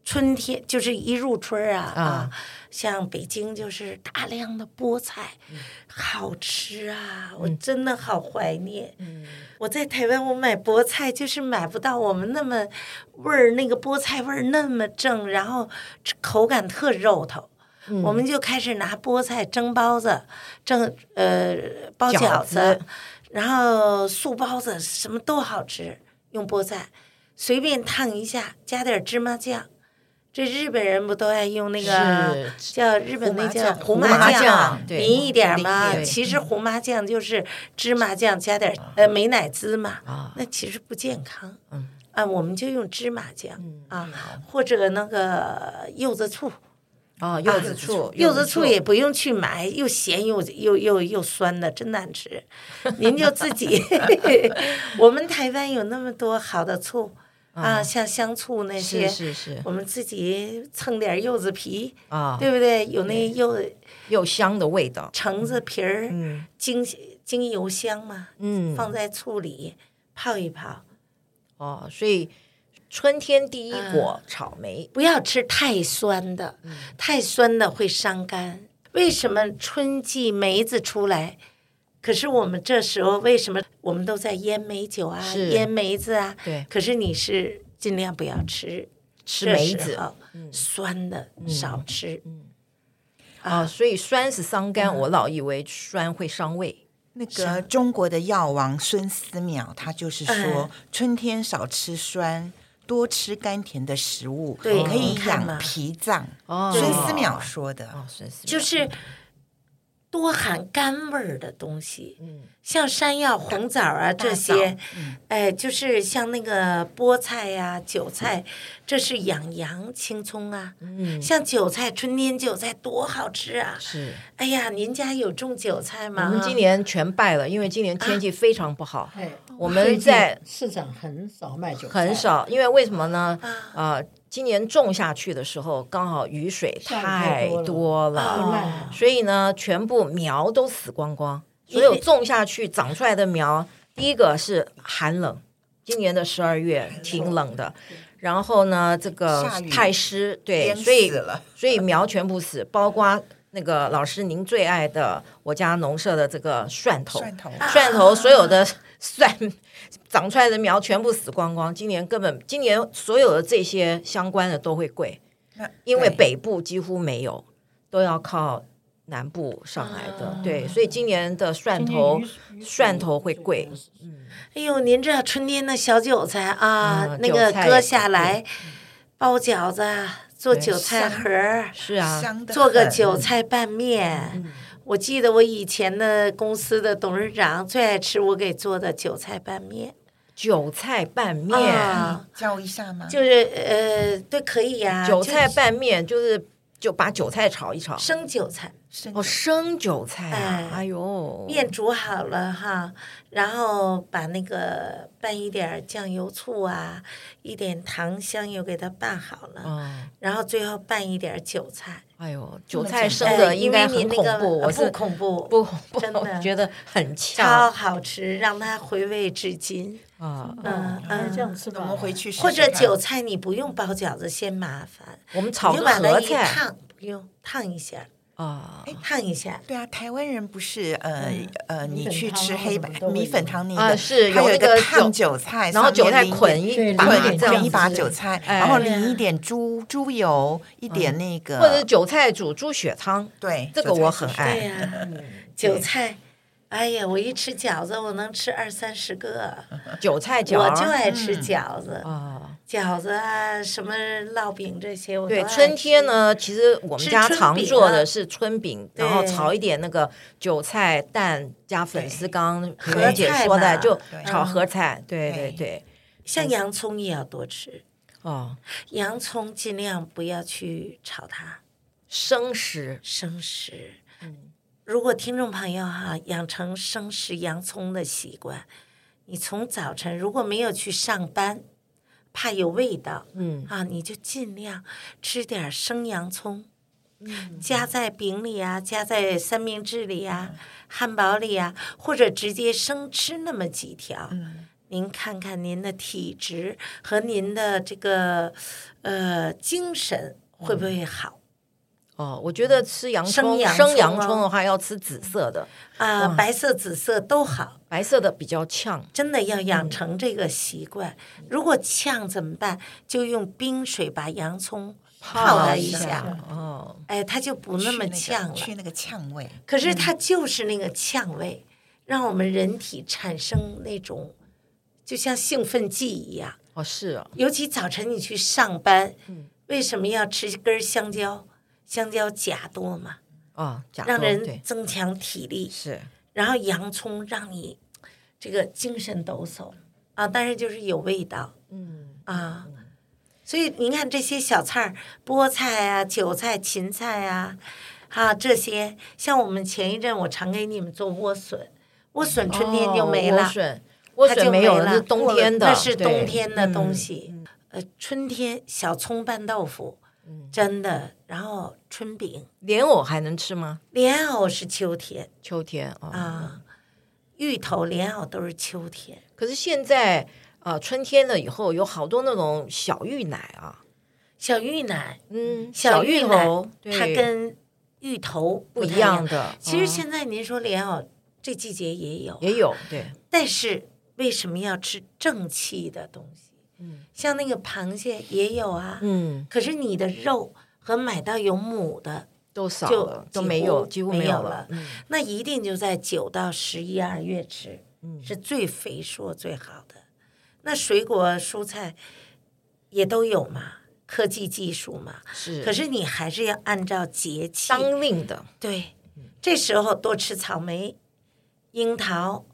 [SPEAKER 3] 春天就是一入春儿啊
[SPEAKER 4] 啊
[SPEAKER 3] 啊，像北京就是大量的菠菜，
[SPEAKER 4] 嗯
[SPEAKER 3] 好吃啊！我真的好怀念。
[SPEAKER 4] 嗯
[SPEAKER 3] 我在台湾，我买菠菜就是买不到我们那么味儿，那个菠菜味儿那么正，然后吃口感特肉头。
[SPEAKER 4] 嗯
[SPEAKER 3] 我们就开始拿菠菜蒸包子，蒸呃包
[SPEAKER 4] 饺
[SPEAKER 3] 饺
[SPEAKER 4] 子
[SPEAKER 3] 然后素包子什么都好吃，用菠菜随便烫一下，加点芝麻酱。这日本人不都爱用那个
[SPEAKER 4] 是
[SPEAKER 3] 叫日本那叫
[SPEAKER 6] 胡
[SPEAKER 3] 胡
[SPEAKER 6] 麻
[SPEAKER 4] 酱
[SPEAKER 3] 麻
[SPEAKER 4] 胡麻酱对
[SPEAKER 3] 淋一点
[SPEAKER 6] 淋
[SPEAKER 3] 嘛
[SPEAKER 6] 一。点
[SPEAKER 3] 其实胡麻酱就是芝麻酱加点呃美乃滋嘛，
[SPEAKER 4] 啊
[SPEAKER 3] 那其实不健康。
[SPEAKER 4] 嗯
[SPEAKER 3] 啊，我们就用芝麻酱
[SPEAKER 4] 嗯
[SPEAKER 3] 啊，或者那个柚子醋，
[SPEAKER 4] 哦，柚
[SPEAKER 6] 子
[SPEAKER 4] 子醋，
[SPEAKER 3] 啊柚子醋也不用去买，又咸又又又又酸的，真难吃。 您就自 己， 我们台湾有那么多好的醋啊，像香醋那些，
[SPEAKER 4] 是是是
[SPEAKER 3] 我们自己蹭点柚子皮，
[SPEAKER 4] 啊，
[SPEAKER 3] 对不对？有那柚
[SPEAKER 4] 又香的味道，
[SPEAKER 3] 橙子皮儿，
[SPEAKER 4] 嗯
[SPEAKER 3] 精精油香嘛，
[SPEAKER 4] 嗯，
[SPEAKER 3] 放在醋里泡一泡，
[SPEAKER 4] 哦，所以春天第一
[SPEAKER 3] 嗯
[SPEAKER 4] 果草莓，
[SPEAKER 3] 不要吃太酸的，太酸的会伤肝。为什么春季梅子出来？可是我们这时候为什么我们都在腌梅酒啊、
[SPEAKER 4] 是
[SPEAKER 3] 腌梅子啊？
[SPEAKER 4] 对
[SPEAKER 3] 可是你是尽量不要吃
[SPEAKER 4] 吃梅
[SPEAKER 3] 这时
[SPEAKER 4] 子嗯
[SPEAKER 3] 候酸的少吃。
[SPEAKER 4] 啊，所以酸是伤
[SPEAKER 3] 嗯
[SPEAKER 4] 肝，我老以为酸会伤胃，
[SPEAKER 6] 那个中国的药王孙思邈，他就是
[SPEAKER 3] 嗯
[SPEAKER 6] 说，春天少吃酸，多吃甘甜的食物，
[SPEAKER 3] 对
[SPEAKER 6] 可以
[SPEAKER 3] 你看嘛
[SPEAKER 6] 养脾脏。
[SPEAKER 4] 哦
[SPEAKER 6] 孙思邈说的，
[SPEAKER 4] 哦，孙思邈
[SPEAKER 3] 就是多含甘味儿的东西，
[SPEAKER 4] 嗯
[SPEAKER 3] 像山药、红枣啊这些，哎，就是像那个菠菜呀、韭菜，这是养阳青葱啊。
[SPEAKER 4] 嗯
[SPEAKER 3] 像韭菜，春天韭菜多好吃啊！
[SPEAKER 4] 是
[SPEAKER 3] 哎呀，您家有种韭菜
[SPEAKER 4] 我
[SPEAKER 3] 吗？
[SPEAKER 4] 们今年全败了，因为今年天气非常不好，
[SPEAKER 5] 哎，
[SPEAKER 4] 我们
[SPEAKER 5] 最近
[SPEAKER 4] 在
[SPEAKER 5] 市场很少卖酒，
[SPEAKER 4] 很。少，因为为什么呢？
[SPEAKER 3] 啊
[SPEAKER 4] 啊，今年种下去的时候，刚好雨水
[SPEAKER 5] 下
[SPEAKER 4] 太
[SPEAKER 5] 雨太
[SPEAKER 4] 多
[SPEAKER 5] 多
[SPEAKER 4] 了，
[SPEAKER 5] 啊烂了
[SPEAKER 4] 所以呢，全部苗都死光光，所有种下去长出来的苗，第一个是寒冷，今年的十二月挺冷的，然后呢，这个
[SPEAKER 6] 下雨
[SPEAKER 4] 太湿，对，
[SPEAKER 6] 淹
[SPEAKER 4] 所以
[SPEAKER 6] 死了。
[SPEAKER 4] 所以苗全部死，包括那个老师您最爱的我家农舍的这个蒜头，
[SPEAKER 6] 蒜头
[SPEAKER 4] 蒜头所有的蒜长出来的苗全部死光光。今年根本，今年所有的这些相关的都会贵，
[SPEAKER 6] 那
[SPEAKER 4] 因为
[SPEAKER 6] 对
[SPEAKER 4] 北部几乎没有，都要靠南部上来的。对，所以今年的蒜头蒜头会贵。
[SPEAKER 3] 哎呦，您这春天的小韭菜啊，
[SPEAKER 4] 嗯
[SPEAKER 3] 那个
[SPEAKER 4] 韭菜嗯
[SPEAKER 3] 割下来包饺子，做
[SPEAKER 4] 对
[SPEAKER 3] 韭菜
[SPEAKER 6] 香
[SPEAKER 3] 盒儿，
[SPEAKER 4] 是啊，
[SPEAKER 6] 香的
[SPEAKER 3] 做个韭菜拌面。
[SPEAKER 4] 嗯
[SPEAKER 3] 我记得我以前的公司的董事长最爱吃我给做的韭菜拌面，
[SPEAKER 4] 韭菜拌面。
[SPEAKER 3] 啊，
[SPEAKER 6] 教一下吗？
[SPEAKER 3] 就是呃，对，可以呀、
[SPEAKER 4] 韭
[SPEAKER 3] 就
[SPEAKER 4] 菜拌面就是就把韭菜炒一炒，
[SPEAKER 3] 生韭菜
[SPEAKER 6] 生
[SPEAKER 4] 哦，生韭菜啊
[SPEAKER 3] 哎，
[SPEAKER 4] 哎呦，
[SPEAKER 3] 面煮好了哈，然后把那个拌一点儿酱油、醋啊，一点糖、香油给它拌好了，
[SPEAKER 4] 嗯，
[SPEAKER 3] 然后最后拌一点儿韭菜。
[SPEAKER 4] 哎呦，韭菜生
[SPEAKER 3] 哎
[SPEAKER 4] 的应该
[SPEAKER 3] 因为
[SPEAKER 4] 很
[SPEAKER 3] 你
[SPEAKER 4] 恐
[SPEAKER 3] 那个呃
[SPEAKER 4] 怖，我是
[SPEAKER 3] 不恐怖，
[SPEAKER 4] 不不
[SPEAKER 3] 真的
[SPEAKER 4] 觉得很
[SPEAKER 3] 超
[SPEAKER 4] 呛
[SPEAKER 3] 好吃，让它回味至今。
[SPEAKER 4] 啊。
[SPEAKER 3] 嗯
[SPEAKER 5] 还是这
[SPEAKER 3] 嗯，
[SPEAKER 5] 样吃吧。
[SPEAKER 6] 我们回去试试
[SPEAKER 3] 或者
[SPEAKER 6] 看
[SPEAKER 3] 韭菜你不用包饺子，嫌麻烦，
[SPEAKER 4] 我们
[SPEAKER 3] 你
[SPEAKER 4] 炒
[SPEAKER 3] 就
[SPEAKER 4] 个
[SPEAKER 3] 把它
[SPEAKER 4] 合
[SPEAKER 3] 一
[SPEAKER 4] 菜
[SPEAKER 3] 烫，不用烫一下，哎
[SPEAKER 4] 啊
[SPEAKER 3] 烫一下。
[SPEAKER 6] 对啊，台湾人不是呃呃，
[SPEAKER 5] 米
[SPEAKER 6] 你
[SPEAKER 5] 粉
[SPEAKER 6] 去
[SPEAKER 5] 汤
[SPEAKER 6] 吃
[SPEAKER 5] 啊
[SPEAKER 6] 黑
[SPEAKER 5] 什么
[SPEAKER 6] 白
[SPEAKER 5] 都会
[SPEAKER 6] 米粉
[SPEAKER 5] 有
[SPEAKER 6] 汤那
[SPEAKER 4] 嗯啊
[SPEAKER 6] 个，
[SPEAKER 4] 是
[SPEAKER 6] 它有
[SPEAKER 4] 有那
[SPEAKER 6] 一个
[SPEAKER 4] 个
[SPEAKER 6] 烫
[SPEAKER 4] 韭，
[SPEAKER 6] 韭菜，
[SPEAKER 4] 然后
[SPEAKER 6] 上
[SPEAKER 4] 韭
[SPEAKER 6] 面
[SPEAKER 4] 菜
[SPEAKER 6] 淋一
[SPEAKER 4] 捆
[SPEAKER 6] 点
[SPEAKER 4] 一
[SPEAKER 5] 对
[SPEAKER 4] 把
[SPEAKER 5] 捆
[SPEAKER 6] 捆
[SPEAKER 5] 一
[SPEAKER 4] 这
[SPEAKER 6] 捆
[SPEAKER 4] 样
[SPEAKER 6] 一把
[SPEAKER 4] 子，
[SPEAKER 6] 韭菜，
[SPEAKER 4] 哎嗯
[SPEAKER 6] 然后淋一点猪猪油，一点那个，
[SPEAKER 4] 或者是韭菜煮猪血汤，
[SPEAKER 6] 对，
[SPEAKER 4] 这个
[SPEAKER 6] 韭菜
[SPEAKER 4] 我
[SPEAKER 6] 是
[SPEAKER 4] 很
[SPEAKER 6] 水
[SPEAKER 4] 爱
[SPEAKER 3] 对呀、 韭菜，哎呀，我一吃饺子，我能吃二三十个，
[SPEAKER 4] 韭菜饺
[SPEAKER 3] 我就
[SPEAKER 4] 儿嗯
[SPEAKER 3] 爱吃饺子，
[SPEAKER 4] 啊。
[SPEAKER 3] 饺子啊，什么烙饼这些，我都
[SPEAKER 4] 对，
[SPEAKER 3] 爱
[SPEAKER 4] 春天
[SPEAKER 3] 吃。
[SPEAKER 4] 呢，其实我们
[SPEAKER 3] 吃
[SPEAKER 4] 家
[SPEAKER 3] 春
[SPEAKER 4] 常
[SPEAKER 3] 饼
[SPEAKER 4] 做的
[SPEAKER 3] 啊
[SPEAKER 4] 是春饼，
[SPEAKER 3] 对
[SPEAKER 4] 然后炒一点那个韭菜蛋加粉
[SPEAKER 6] 对
[SPEAKER 4] 丝。刚刚
[SPEAKER 6] 合
[SPEAKER 4] 平云姐
[SPEAKER 3] 菜
[SPEAKER 4] 说的，
[SPEAKER 3] 嘛
[SPEAKER 4] 就
[SPEAKER 6] 对
[SPEAKER 4] 炒
[SPEAKER 3] 嗯
[SPEAKER 4] 合菜。对对
[SPEAKER 6] 对
[SPEAKER 4] 对，
[SPEAKER 3] 像洋葱也要多吃，
[SPEAKER 4] 哦，
[SPEAKER 3] 洋葱尽量不要去炒它，
[SPEAKER 4] 生食
[SPEAKER 3] 生食。
[SPEAKER 4] 嗯
[SPEAKER 3] 如果听众朋友哈、养成生食洋葱的习惯，你从早晨如果没有去上班，怕有味道，
[SPEAKER 4] 嗯
[SPEAKER 3] 啊，你就尽量吃点儿生洋葱，加在饼里啊，加在三明治里呀、汉堡里呀、或者直接生吃那么几条。您看看您的体质和您的这个呃精神会不会好
[SPEAKER 4] 哦，我觉得吃洋
[SPEAKER 3] 生
[SPEAKER 4] 葱
[SPEAKER 3] 洋
[SPEAKER 4] 生
[SPEAKER 3] 葱
[SPEAKER 4] 洋
[SPEAKER 3] 哦
[SPEAKER 4] 葱的话要吃紫色的，
[SPEAKER 3] 啊、白色、紫色都好。
[SPEAKER 4] 白色的比较呛。
[SPEAKER 3] 真的要养成这个习惯。如果呛怎么办？就用冰水把洋葱泡
[SPEAKER 4] 泡
[SPEAKER 3] 它
[SPEAKER 4] 一
[SPEAKER 3] 一
[SPEAKER 4] 下
[SPEAKER 3] 下，
[SPEAKER 4] 啊哦，
[SPEAKER 3] 哎，它就不那么
[SPEAKER 6] 去
[SPEAKER 3] 呛
[SPEAKER 6] 个
[SPEAKER 3] 了。
[SPEAKER 6] 去那个呛味，
[SPEAKER 3] 可
[SPEAKER 4] 嗯
[SPEAKER 3] 是它就是那个呛味，让我们人体产生那种就像兴奋剂一样。
[SPEAKER 4] 哦是哦，
[SPEAKER 3] 尤其早晨你去上班，
[SPEAKER 4] 嗯
[SPEAKER 3] 为什么要吃根香蕉？香蕉钾多嘛，
[SPEAKER 4] 哦，假
[SPEAKER 3] 让
[SPEAKER 4] 多
[SPEAKER 3] 人
[SPEAKER 4] 对
[SPEAKER 3] 增强体力。
[SPEAKER 4] 是
[SPEAKER 3] 然后洋葱让你这个精神抖擞啊，但是就是有味道，嗯啊，所以您看这些小菜儿，菠菜啊、韭菜、芹菜啊，啊这些，像我们前一阵我常给你们做莴笋，莴笋春天就没了，
[SPEAKER 4] 哦莴笋莴
[SPEAKER 3] 它就
[SPEAKER 4] 笋没
[SPEAKER 3] 没
[SPEAKER 4] 有了，
[SPEAKER 3] 了
[SPEAKER 4] 是冬天的，
[SPEAKER 3] 那是
[SPEAKER 4] 对
[SPEAKER 3] 冬天的东
[SPEAKER 4] 嗯
[SPEAKER 3] 西。呃，春天小葱拌豆腐，
[SPEAKER 4] 嗯
[SPEAKER 3] 真的，然后春饼，
[SPEAKER 4] 莲藕还能吃吗？
[SPEAKER 3] 莲藕是秋天
[SPEAKER 4] 秋天哦
[SPEAKER 3] 啊，芋头、莲藕都是秋天。
[SPEAKER 4] 可是现在啊、呃春天了以后，有好多那种小芋奶啊，
[SPEAKER 3] 小芋奶，
[SPEAKER 4] 嗯，
[SPEAKER 3] 小
[SPEAKER 4] 芋
[SPEAKER 3] 芋奶
[SPEAKER 4] 头，对
[SPEAKER 3] 它跟芋头
[SPEAKER 4] 不
[SPEAKER 3] 太
[SPEAKER 4] 一
[SPEAKER 3] 一
[SPEAKER 4] 样。的。
[SPEAKER 3] 其实
[SPEAKER 4] 哦
[SPEAKER 3] 现在您说莲藕，这季节也有，
[SPEAKER 4] 也有对，
[SPEAKER 3] 但是为什么要吃正气的东西？嗯，像那个螃蟹也有啊，
[SPEAKER 4] 嗯，
[SPEAKER 3] 可是你的肉和买到有母的，
[SPEAKER 4] 都少
[SPEAKER 3] 就
[SPEAKER 4] 了，
[SPEAKER 3] 几
[SPEAKER 4] 都没
[SPEAKER 3] 乎
[SPEAKER 4] 有，几乎
[SPEAKER 3] 没
[SPEAKER 4] 有
[SPEAKER 3] 有了
[SPEAKER 4] 嗯
[SPEAKER 3] 那一定就在九到十一二月吃，
[SPEAKER 4] 嗯
[SPEAKER 3] 是最肥硕最好的。那水果蔬菜也都有嘛，科技技术嘛，
[SPEAKER 4] 是，
[SPEAKER 3] 可是你还是要按照节气
[SPEAKER 4] 当令的
[SPEAKER 3] 对，这时候多吃草莓、樱桃、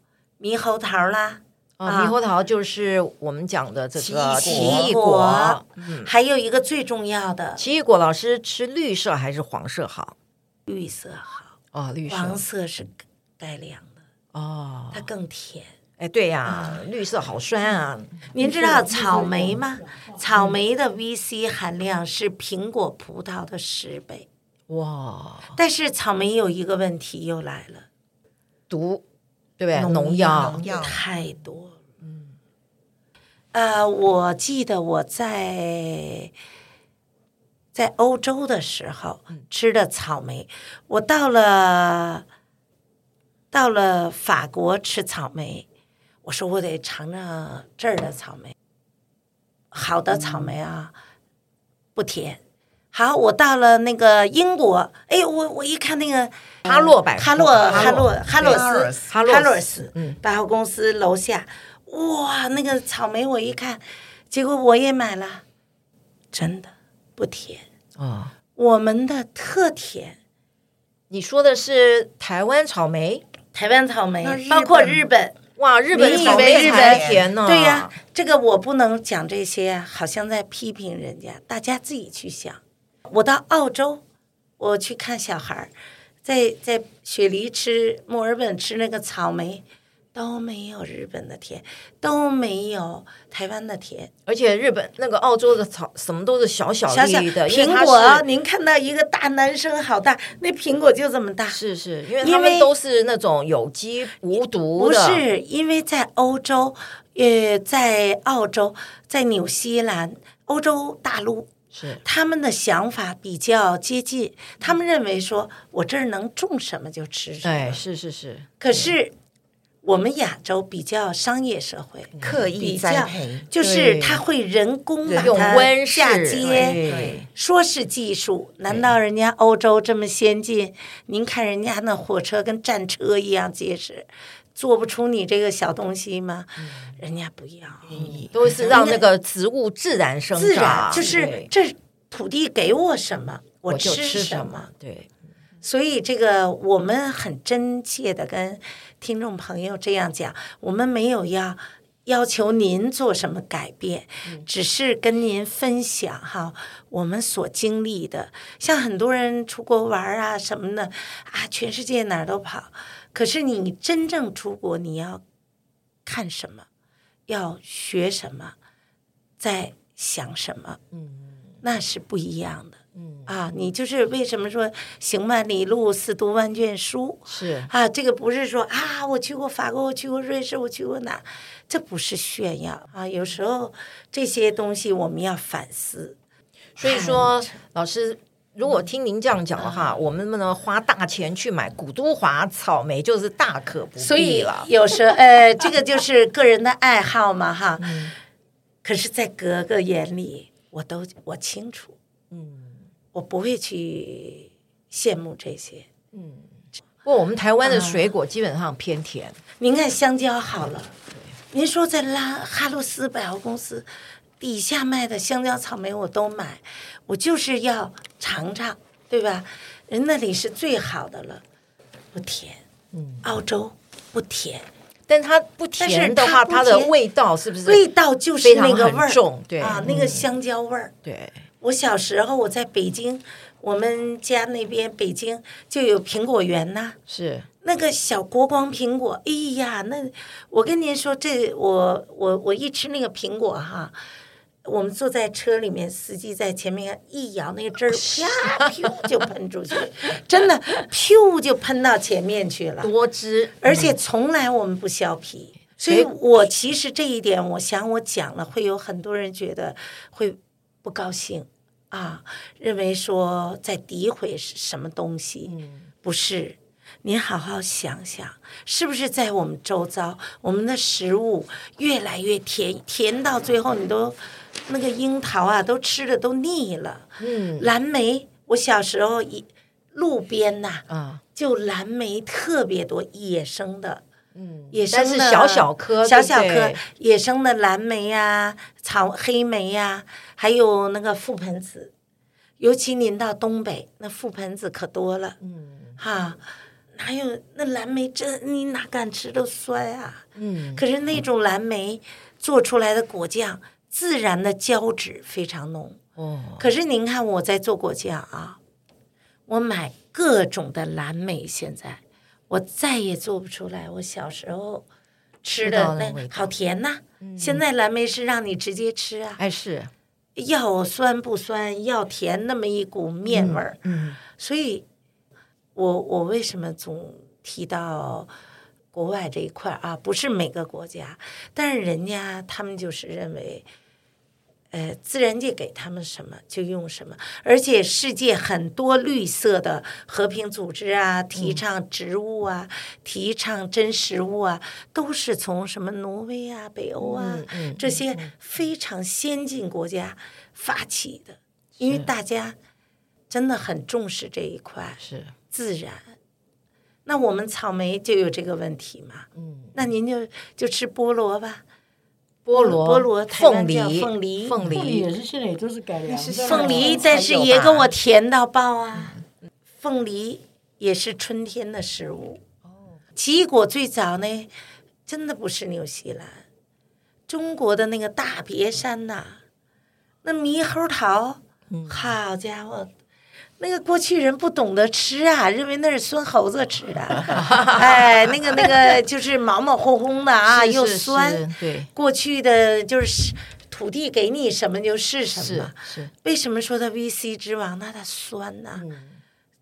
[SPEAKER 3] 猕猴桃啦，
[SPEAKER 4] 啊，
[SPEAKER 3] 啊
[SPEAKER 4] 猕猴桃就是我们讲的这个
[SPEAKER 6] 奇
[SPEAKER 4] 奇
[SPEAKER 6] 异
[SPEAKER 4] 异嗯
[SPEAKER 3] 果
[SPEAKER 4] 果。
[SPEAKER 3] 还有一个最重要的
[SPEAKER 4] 奇异果老师吃绿色还是黄色好？
[SPEAKER 3] 绿色好，
[SPEAKER 4] 哦，绿色
[SPEAKER 3] 黄色是盖凉的，
[SPEAKER 4] 哦，
[SPEAKER 3] 它更甜。
[SPEAKER 4] 哎，对呀，绿色好酸啊，
[SPEAKER 3] 您知道草莓吗？草莓的 VC 含量是苹果、葡萄的十倍，
[SPEAKER 4] 哇，
[SPEAKER 3] 但是草莓有一个问题又来了，
[SPEAKER 4] 毒，对不对？
[SPEAKER 6] 农
[SPEAKER 4] 农药
[SPEAKER 6] 农药
[SPEAKER 3] 太多了。嗯呃，我记得我在在欧洲的时候
[SPEAKER 4] 嗯
[SPEAKER 3] 吃的草莓，我到了到了法国吃草莓，我说我得尝尝这儿的草莓，好的草莓啊，
[SPEAKER 4] 嗯
[SPEAKER 3] 不甜。好，我到了那个英国，哎，我我一看那个
[SPEAKER 4] 哈洛百货
[SPEAKER 3] 哈洛哈
[SPEAKER 4] 哈
[SPEAKER 3] 洛
[SPEAKER 4] 洛
[SPEAKER 3] 哈洛
[SPEAKER 6] 哈
[SPEAKER 3] 斯
[SPEAKER 6] 洛
[SPEAKER 4] 哈洛斯
[SPEAKER 3] 斯
[SPEAKER 4] 嗯
[SPEAKER 3] 百货公司楼下，哇，那个草莓我一看，结果我也买了，真的不甜，
[SPEAKER 4] 哦，
[SPEAKER 3] 我们的特甜，
[SPEAKER 4] 你说的是台湾草莓
[SPEAKER 3] 台湾草莓
[SPEAKER 6] 那日，
[SPEAKER 3] 包括
[SPEAKER 6] 本
[SPEAKER 3] 日本，
[SPEAKER 4] 哇？日本
[SPEAKER 3] 你以
[SPEAKER 4] 草
[SPEAKER 3] 为
[SPEAKER 4] 莓
[SPEAKER 3] 日
[SPEAKER 4] 才
[SPEAKER 6] 本
[SPEAKER 4] 甜呢？
[SPEAKER 3] 对呀、这个我不能讲这些啊，好像在批评人家，大家自己去想。我到澳洲，我去看小孩儿，在在雪梨吃、墨尔本吃那个草莓，都没有日本的甜，都没有台湾的甜。
[SPEAKER 4] 而且日本那个澳洲的草什么都是小小
[SPEAKER 3] 想
[SPEAKER 4] 粒
[SPEAKER 3] 想
[SPEAKER 4] 粒的，因为它
[SPEAKER 3] 苹果，
[SPEAKER 4] 是
[SPEAKER 3] 您看到一个大男生好大，那苹果就这么大。
[SPEAKER 4] 是是，因为
[SPEAKER 3] 因
[SPEAKER 4] 他
[SPEAKER 3] 为
[SPEAKER 4] 们都是那种有机无毒
[SPEAKER 3] 不
[SPEAKER 4] 的，
[SPEAKER 3] 是，因为在欧洲，呃，在澳洲，在纽西兰，欧洲大陆
[SPEAKER 4] 是
[SPEAKER 3] 他们的想法比较接近，他们认为说我这儿能种什么就吃什
[SPEAKER 4] 哎，
[SPEAKER 3] 么。
[SPEAKER 4] 是是是，
[SPEAKER 3] 可是我们亚洲比较商业社会，
[SPEAKER 4] 嗯
[SPEAKER 6] 刻
[SPEAKER 3] 比
[SPEAKER 6] 意栽
[SPEAKER 3] 较
[SPEAKER 6] 培，
[SPEAKER 3] 就是他会人工把
[SPEAKER 4] 用
[SPEAKER 3] 它
[SPEAKER 4] 温室
[SPEAKER 3] 嫁接。
[SPEAKER 4] 对
[SPEAKER 3] 说是技术，难道人家欧洲这么先进？您看人家那火车跟战车一样结实，做不出你这个小东西吗？
[SPEAKER 4] 嗯
[SPEAKER 3] 人家不要，
[SPEAKER 4] 都是让那个植物自然生长，
[SPEAKER 3] 自然就是
[SPEAKER 4] 对
[SPEAKER 3] 这土地给我什么，我
[SPEAKER 4] 我就
[SPEAKER 3] 吃
[SPEAKER 4] 什
[SPEAKER 3] 么。
[SPEAKER 4] 么，对，
[SPEAKER 3] 所以这个我们很真切的跟听众朋友这样讲，我们没有要要求您做什么改变，只是跟您分享哈我们所经历的。像很多人出国玩啊什么的啊，全世界哪儿都跑，可是你真正出国，你要看什么，要学什么，在想什么，那是不一样的。啊，你就是为什么说行万里路，似读万卷书
[SPEAKER 4] 是
[SPEAKER 3] 啊？这个不是说啊，我去过法国，我去过瑞士，我去过哪，这不是炫耀啊。有时候这些东西我们要反思。
[SPEAKER 4] 所以说，老师，如果听您这样讲的话，
[SPEAKER 3] 嗯
[SPEAKER 4] 我们呢花大钱去买古都华草莓，就是大可不
[SPEAKER 3] 所
[SPEAKER 4] 必
[SPEAKER 3] 以
[SPEAKER 4] 嗯了。
[SPEAKER 3] 嗯有时候，呃，这个就是个人的爱好嘛，哈。可是，在格格眼里，我都我清楚，
[SPEAKER 4] 嗯
[SPEAKER 3] 我不会去羡慕这些。
[SPEAKER 4] 嗯，不过我们台湾的水果基本上偏甜，
[SPEAKER 3] 您看香蕉好了，您说在拉哈洛斯百货公司底下卖的香蕉、草莓我都买，我就是要尝尝，对吧？人那里是最好的了，不甜。
[SPEAKER 4] 嗯，
[SPEAKER 3] 澳洲不甜，
[SPEAKER 4] 但它不甜的话，
[SPEAKER 3] 但是它
[SPEAKER 4] 它
[SPEAKER 3] 不
[SPEAKER 4] 的
[SPEAKER 3] 甜
[SPEAKER 4] 味道是不是
[SPEAKER 3] 味道就是那个味
[SPEAKER 4] 非常
[SPEAKER 3] 儿
[SPEAKER 4] 很重对嗯
[SPEAKER 3] 啊，那个香蕉味儿。
[SPEAKER 4] 对，
[SPEAKER 3] 我小时候我在北京，我们家那边北京就有苹果园呐、
[SPEAKER 4] 是
[SPEAKER 3] 那个小国光苹果，哎呀，那我跟您说，这我我我一吃那个苹果哈，我们坐在车里面，司机在前面一咬那个汁儿，啪噗就喷出去，真的噗就喷到前面去了，
[SPEAKER 4] 多汁，
[SPEAKER 3] 而且从来我们不削皮。所以，我其实这一点，我想我讲了，会有很多人觉得会不高兴啊，认为说在诋毁是什么东西。
[SPEAKER 4] 嗯，
[SPEAKER 3] 不是，您好好想想，是不是在我们周遭，我们的食物越来越甜，甜到最后你都那个樱桃啊，都吃的都腻了。
[SPEAKER 4] 嗯
[SPEAKER 3] 蓝莓，我小时候一路边呐、
[SPEAKER 4] 啊，
[SPEAKER 3] 就蓝莓特别多，野生的。
[SPEAKER 4] 嗯，
[SPEAKER 3] 野生
[SPEAKER 4] 但
[SPEAKER 3] 的
[SPEAKER 4] 是小小颗，
[SPEAKER 3] 小小
[SPEAKER 4] 对不
[SPEAKER 3] 颗
[SPEAKER 4] 对
[SPEAKER 3] 野生的蓝莓呀、草黑莓呀、还有那个覆盆子，尤其您到东北，那覆盆子可多了。
[SPEAKER 4] 嗯
[SPEAKER 3] 哈，哪有那蓝莓真你哪敢吃都酸啊！
[SPEAKER 4] 嗯，
[SPEAKER 3] 可是那种蓝莓做出来的果酱，自然的胶质非常浓。
[SPEAKER 4] 哦，
[SPEAKER 3] 可是您看我在做果酱啊，我买各种的蓝莓，现在我再也做不出来我小时候吃
[SPEAKER 4] 知
[SPEAKER 3] 的
[SPEAKER 4] 道那味
[SPEAKER 3] 那
[SPEAKER 4] 道嗯
[SPEAKER 3] 好甜呐、现在蓝莓是让你直接吃啊，
[SPEAKER 4] 哎是，
[SPEAKER 3] 要酸不酸，要甜那么一股面味儿。
[SPEAKER 4] 嗯
[SPEAKER 3] 所以我我为什么总提到国外这一块儿啊？不是每个国家，但是人家他们就是认为呃，自然界给他们什么就用什么，而且世界很多绿色的和平组织啊，
[SPEAKER 4] 嗯
[SPEAKER 3] 提倡植物啊，提倡真食物啊，都是从什么挪威啊、北欧啊、
[SPEAKER 4] 嗯
[SPEAKER 3] 这些非常先进国家发起的，因为大家真的很重视这一块，
[SPEAKER 4] 是
[SPEAKER 3] 自然。那我们草莓就有这个问题嘛？嗯，那您就就吃菠萝吧，
[SPEAKER 4] 菠萝、
[SPEAKER 3] 菠萝台
[SPEAKER 4] 凤
[SPEAKER 3] 湾叫
[SPEAKER 4] 梨、
[SPEAKER 3] 凤梨
[SPEAKER 4] 凤
[SPEAKER 5] 凤梨也
[SPEAKER 4] 梨，
[SPEAKER 5] 是现在也都是改良的啦，
[SPEAKER 3] 凤梨，
[SPEAKER 4] 才
[SPEAKER 3] 但是
[SPEAKER 4] 有
[SPEAKER 3] 也
[SPEAKER 4] 吧
[SPEAKER 3] 给我甜到爆啊！凤梨也是春天的食物。奇异果最早呢，真的不是纽西兰，中国的那个大别山呐、那猕猴桃，
[SPEAKER 4] 嗯
[SPEAKER 3] 好家伙！那个过去人不懂得吃啊，认为那是孙猴子吃 的，哎，那个那个就是毛毛烘烘的啊，
[SPEAKER 4] 是
[SPEAKER 3] 又
[SPEAKER 4] 是
[SPEAKER 3] 酸。
[SPEAKER 4] 是对，
[SPEAKER 3] 过去的就是土地给你什么就是什
[SPEAKER 4] 是
[SPEAKER 3] 么，
[SPEAKER 4] 是，
[SPEAKER 3] 为什么说它 VC 之王？那它酸呐、
[SPEAKER 5] 嗯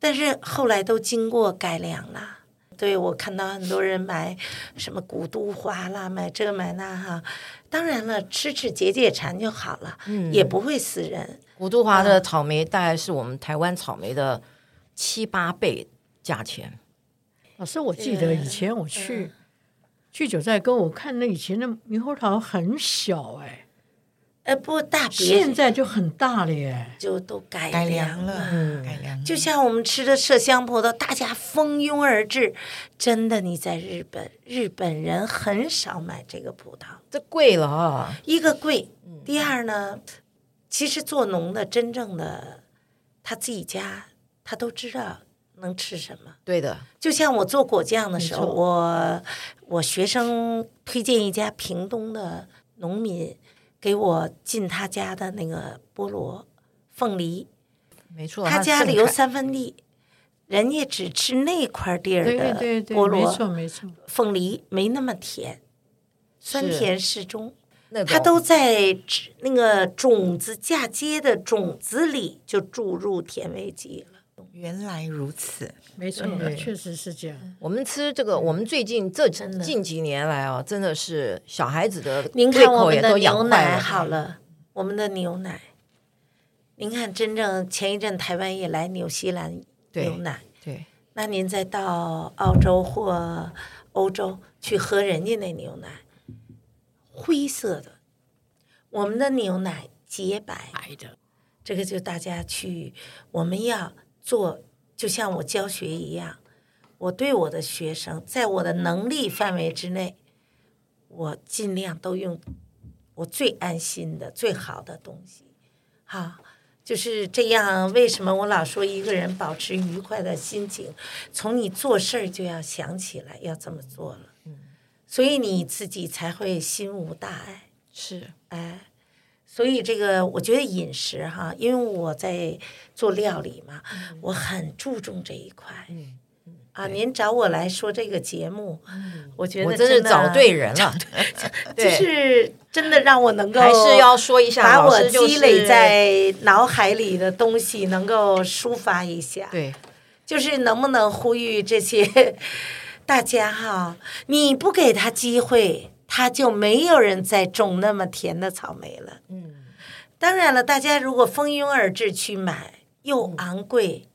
[SPEAKER 3] 但是后来都经过改良了。对，我看到很多人买什么古都花啦，买这买那哈。当然了，吃吃解解馋就好了，
[SPEAKER 5] 嗯
[SPEAKER 3] 也不会死人。
[SPEAKER 4] 古都华
[SPEAKER 3] 嗯
[SPEAKER 4] 的草莓大概是我们台湾草莓的七八倍价钱，
[SPEAKER 5] 老师，我记得以前我去去九寨沟，我看那以前的猕猴桃很小哎，
[SPEAKER 3] 呃，不过大
[SPEAKER 5] 现
[SPEAKER 3] 别
[SPEAKER 5] 在就很大了耶。
[SPEAKER 3] 就都改
[SPEAKER 6] 改良
[SPEAKER 3] 良
[SPEAKER 6] 了，嗯、改良了。
[SPEAKER 3] 就像我们吃的麝香葡萄，大家蜂拥而至。真的，你在日本，日本人很少买这个葡萄，
[SPEAKER 4] 这贵了啊！
[SPEAKER 3] 一个贵，
[SPEAKER 5] 嗯
[SPEAKER 3] 第二呢，其实做农的真正的他自己家，他都知道能吃什么。
[SPEAKER 4] 对的，
[SPEAKER 3] 就像我做果酱的时候，
[SPEAKER 5] 没错
[SPEAKER 3] 我我学生推荐一家屏东的农民给我进他家的那个菠萝、凤梨，
[SPEAKER 4] 没错，
[SPEAKER 3] 他
[SPEAKER 4] 它
[SPEAKER 3] 家
[SPEAKER 4] 盛
[SPEAKER 3] 里有
[SPEAKER 4] 产
[SPEAKER 3] 三分地，人家只吃那块地儿
[SPEAKER 5] 对
[SPEAKER 3] 的
[SPEAKER 5] 对对对，
[SPEAKER 3] 菠
[SPEAKER 5] 没
[SPEAKER 3] 萝、
[SPEAKER 5] 错没错，
[SPEAKER 3] 凤梨，没那么甜，酸
[SPEAKER 4] 是
[SPEAKER 3] 甜适中。
[SPEAKER 4] 那
[SPEAKER 3] 它
[SPEAKER 4] 种
[SPEAKER 3] 都在植那个种子嫁接的种子里就注入甜味剂了。
[SPEAKER 6] 原来如此，
[SPEAKER 5] 没错，确实是这样。
[SPEAKER 4] 我们吃这个，我们最近这几
[SPEAKER 3] 的
[SPEAKER 4] 近几年来啊，真的是小孩子的
[SPEAKER 3] 您
[SPEAKER 4] 胃
[SPEAKER 3] 看我
[SPEAKER 4] 口
[SPEAKER 3] 们
[SPEAKER 4] 也
[SPEAKER 3] 的
[SPEAKER 4] 都养
[SPEAKER 3] 牛
[SPEAKER 4] 坏
[SPEAKER 3] 奶
[SPEAKER 4] 了。
[SPEAKER 3] 好了，我们的牛奶，您看真正前一阵台湾也来纽西兰
[SPEAKER 4] 对
[SPEAKER 3] 牛奶，
[SPEAKER 4] 对，
[SPEAKER 3] 那您再到澳洲或欧洲去喝人家那牛奶，灰色的，我们的牛奶洁白。
[SPEAKER 5] 白的，
[SPEAKER 3] 这个就大家去，我们要做，就像我教学一样，我对我的学生，在我的能力范围之内，我尽量都用我最安心的、最好的东西，哈。就是这样，为什么我老说一个人保持愉快的心情，从你做事儿就要想起来要这么做了，
[SPEAKER 4] 嗯
[SPEAKER 3] 所以你自己才会心无大碍。
[SPEAKER 4] 是
[SPEAKER 3] 哎，所以这个我觉得饮食哈，因为我在做料理嘛，
[SPEAKER 4] 嗯
[SPEAKER 3] 我很注重这一块。啊，您找我来说这个节目，我觉
[SPEAKER 4] 嗯我
[SPEAKER 3] 得
[SPEAKER 4] 真是
[SPEAKER 3] 的
[SPEAKER 4] 找对，人了，
[SPEAKER 3] 就
[SPEAKER 4] 对
[SPEAKER 3] 是真的让我能够
[SPEAKER 4] 还是要说一下，
[SPEAKER 3] 把
[SPEAKER 4] 老
[SPEAKER 3] 我
[SPEAKER 4] 师就
[SPEAKER 3] 积累
[SPEAKER 4] 是
[SPEAKER 3] 在脑海里的东西能够抒发一下。
[SPEAKER 4] 对
[SPEAKER 3] 就是能不能呼吁这些 大家哈，你不给他机会，他就没有人再种那么甜的草莓了。嗯，当然了，大家如果蜂拥而至去买，又昂贵，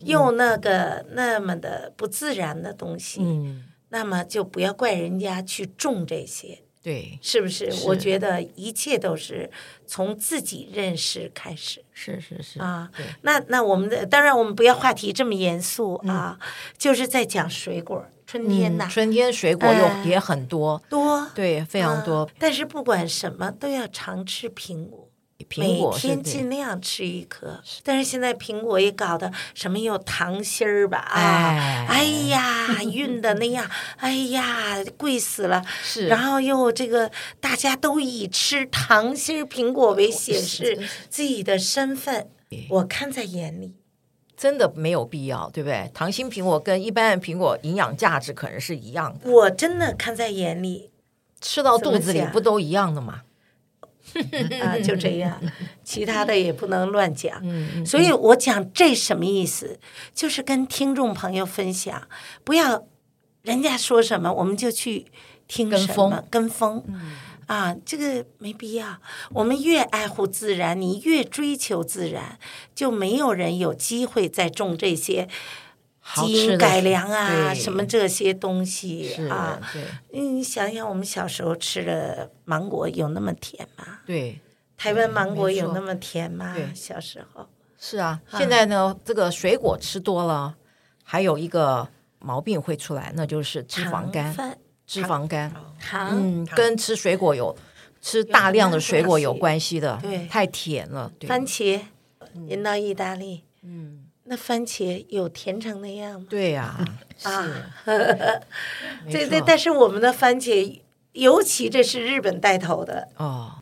[SPEAKER 3] 又那个那么的不自然的东西，
[SPEAKER 4] 嗯
[SPEAKER 3] 那么就不要怪人家去种这些。
[SPEAKER 4] 对
[SPEAKER 3] 是不是？
[SPEAKER 4] 是
[SPEAKER 3] 我觉得一切都是从自己认识开始。
[SPEAKER 4] 是是是
[SPEAKER 3] 啊
[SPEAKER 4] 对，
[SPEAKER 3] 那那我们的当然我们不要话题这么严肃啊，就是在讲水果，春天呐、
[SPEAKER 4] 嗯春天水果又
[SPEAKER 3] 哎
[SPEAKER 4] 也很多，
[SPEAKER 3] 多
[SPEAKER 4] 对，非常多
[SPEAKER 3] 啊。但是不管什么都要常吃苹果。
[SPEAKER 4] 苹果
[SPEAKER 3] 每
[SPEAKER 4] 是
[SPEAKER 3] 天尽量吃一颗，但是现在苹果也搞得什么有糖心儿吧啊
[SPEAKER 4] 哎，
[SPEAKER 3] 哎呀，运的那样，哎呀，贵死了。
[SPEAKER 4] 是
[SPEAKER 3] 然后又这个大家都以吃糖心儿苹果为显示自己的身份，我看在眼里。
[SPEAKER 4] 真的没有必要，对不对？糖心苹果跟一般的苹果营养价值可能是一样的，
[SPEAKER 3] 我真的看在眼里
[SPEAKER 4] 吃到
[SPEAKER 3] 怎
[SPEAKER 4] 肚
[SPEAKER 3] 么
[SPEAKER 4] 子里
[SPEAKER 3] 讲
[SPEAKER 4] 不都一样的嘛？嗯
[SPEAKER 3] 啊，就这样，其他的也不能乱讲。
[SPEAKER 4] 嗯
[SPEAKER 3] 所以我讲这什么意思，就是跟听众朋友分享，不要人家说什么我们就去听
[SPEAKER 4] 跟
[SPEAKER 3] 什么
[SPEAKER 4] 风，嗯
[SPEAKER 3] 跟风。啊，这个没必要。我们越爱护自然，你越追求自然，就没有人有机会再种这些
[SPEAKER 4] 好
[SPEAKER 3] 基
[SPEAKER 4] 吃的
[SPEAKER 3] 因改良啊，
[SPEAKER 4] 对
[SPEAKER 3] 什么这些东西
[SPEAKER 4] 是
[SPEAKER 3] 啊。
[SPEAKER 4] 对
[SPEAKER 3] 嗯，你想想，我们小时候吃的芒果有那么甜吗？
[SPEAKER 4] 对，
[SPEAKER 3] 台湾芒果
[SPEAKER 4] 没错
[SPEAKER 3] 有那么甜吗
[SPEAKER 4] 嗯对？
[SPEAKER 3] 小时候，
[SPEAKER 4] 是啊。现
[SPEAKER 3] 嗯
[SPEAKER 4] 在呢，这个水果吃多了，还有一个毛病会出来，那就是脂肪肝
[SPEAKER 3] 糖。分
[SPEAKER 4] 脂肪肝，
[SPEAKER 3] 糖
[SPEAKER 4] 嗯，跟吃水果有吃大量的水果有关系的，
[SPEAKER 3] 对
[SPEAKER 4] 太甜了，对，
[SPEAKER 3] 番茄引到意大利，嗯，那番茄有甜成那样吗？
[SPEAKER 4] 对呀、
[SPEAKER 3] 啊，
[SPEAKER 4] 没
[SPEAKER 3] 对
[SPEAKER 4] 错
[SPEAKER 3] 对，但是我们的番茄，尤其这是日本带头的，
[SPEAKER 4] 哦，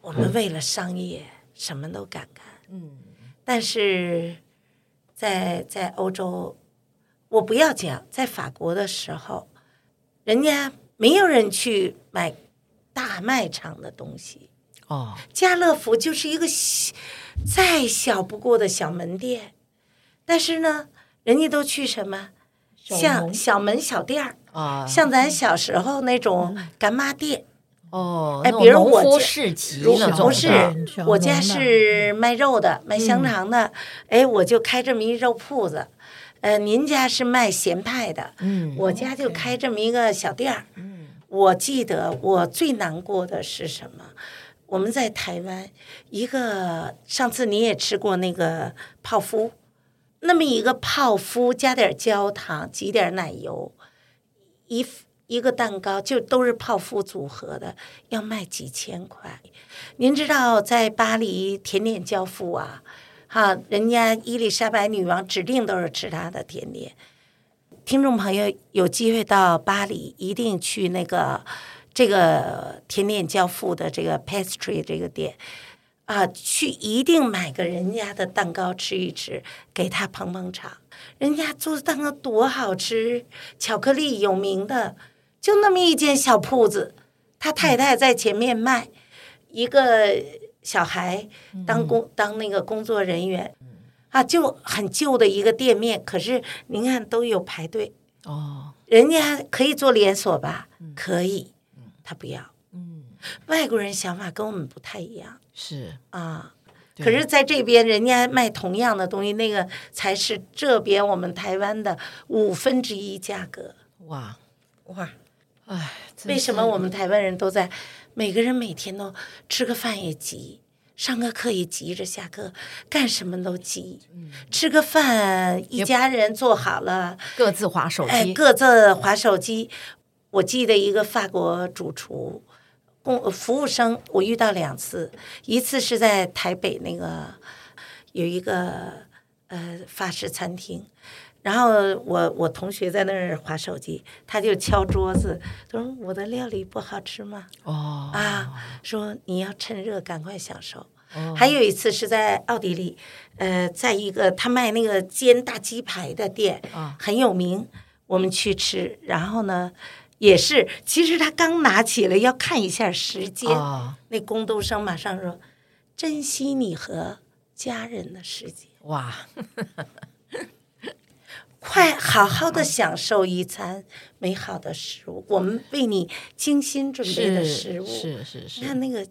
[SPEAKER 3] 我们为了商业什么都敢干，嗯，但是在在欧洲，我不要讲，在法国的时候，人家没有人去买大卖场的东西，
[SPEAKER 4] 哦，
[SPEAKER 3] 家乐福就是一个小再小不过的小门店，但是呢，人家都去什么？像小门小店儿，
[SPEAKER 4] 啊，
[SPEAKER 3] 像咱小时候那种干妈店，
[SPEAKER 4] 哦，
[SPEAKER 3] 哎
[SPEAKER 4] 那种
[SPEAKER 3] 比如我
[SPEAKER 4] 农夫
[SPEAKER 3] 家
[SPEAKER 4] 市集
[SPEAKER 5] 如
[SPEAKER 4] 那
[SPEAKER 5] 小
[SPEAKER 4] 种
[SPEAKER 5] 嗯
[SPEAKER 3] 不
[SPEAKER 5] 农
[SPEAKER 4] 的，
[SPEAKER 3] 是
[SPEAKER 5] 店小，
[SPEAKER 3] 我家
[SPEAKER 5] 农的
[SPEAKER 3] 是卖肉的，卖
[SPEAKER 5] 嗯
[SPEAKER 3] 香肠的，哎，我就开这么一肉铺子。呃，您家是卖咸派的，
[SPEAKER 4] 嗯，
[SPEAKER 3] 我家就开这么一个小店儿。
[SPEAKER 5] 嗯
[SPEAKER 3] 我记得我最难过的是什么？我们在台湾，一个上次你也吃过那个泡芙，那么一个泡芙加点焦糖，挤点奶油，一一个蛋糕就都是泡芙组合的，要卖几千块。您知道在巴黎甜点教父啊，哈、人家伊丽莎白女王指定都是吃她的甜点。听众朋友有机会到巴黎，一定去那个这个甜点教父的这个 pastry 这个店啊，去一定买个人家的蛋糕吃一吃，给他捧捧场。人家做的蛋糕多好吃，巧克力有名的，就那么一间小铺子，他太太在前面卖，一个小孩当工、当那个工作人员。啊，就很旧的一个店面，可是您看都有排队，
[SPEAKER 4] 哦，
[SPEAKER 3] 人家可以做连锁吧？可以，他不要。外国人想法跟我们不太一样
[SPEAKER 4] 是，
[SPEAKER 3] 啊。
[SPEAKER 4] 对
[SPEAKER 3] 可是在这边，人家卖同样的东西，那个才是这边我们台湾的五分之一价格。
[SPEAKER 4] 哇，
[SPEAKER 6] 哇，
[SPEAKER 4] 哎，真
[SPEAKER 3] 为什么
[SPEAKER 4] 是
[SPEAKER 3] 我们台湾人都在每个人每天都吃个饭也急，上个课也急着下课，干什么都急。吃个饭，一家人做好了，
[SPEAKER 4] 各自划手
[SPEAKER 3] 哎，
[SPEAKER 4] 机？
[SPEAKER 3] 各自划手机。我记得一个法国主厨，工服务生，我遇到两次，一次是在台北那个有一个呃法式餐厅，然后我我同学在那儿划手机，他就敲桌子，他说我的料理不好吃吗？
[SPEAKER 4] 哦，哦
[SPEAKER 3] 啊，说你要趁热赶快享受。还有一次是在奥地利，呃，在一个他卖那个煎大鸡排的店，
[SPEAKER 4] 啊
[SPEAKER 3] 很有名，我们去吃，然后呢，也是，其实他刚拿起来要看一下时间，
[SPEAKER 4] 啊，
[SPEAKER 3] 那工读生马上说：“珍惜你和家人的时间，
[SPEAKER 4] 哇，
[SPEAKER 3] 快好好的享受一餐美好的食物，我们为你精心准备的
[SPEAKER 4] 是
[SPEAKER 3] 食物。”
[SPEAKER 4] 是是
[SPEAKER 3] 你看
[SPEAKER 4] 是，
[SPEAKER 3] 那个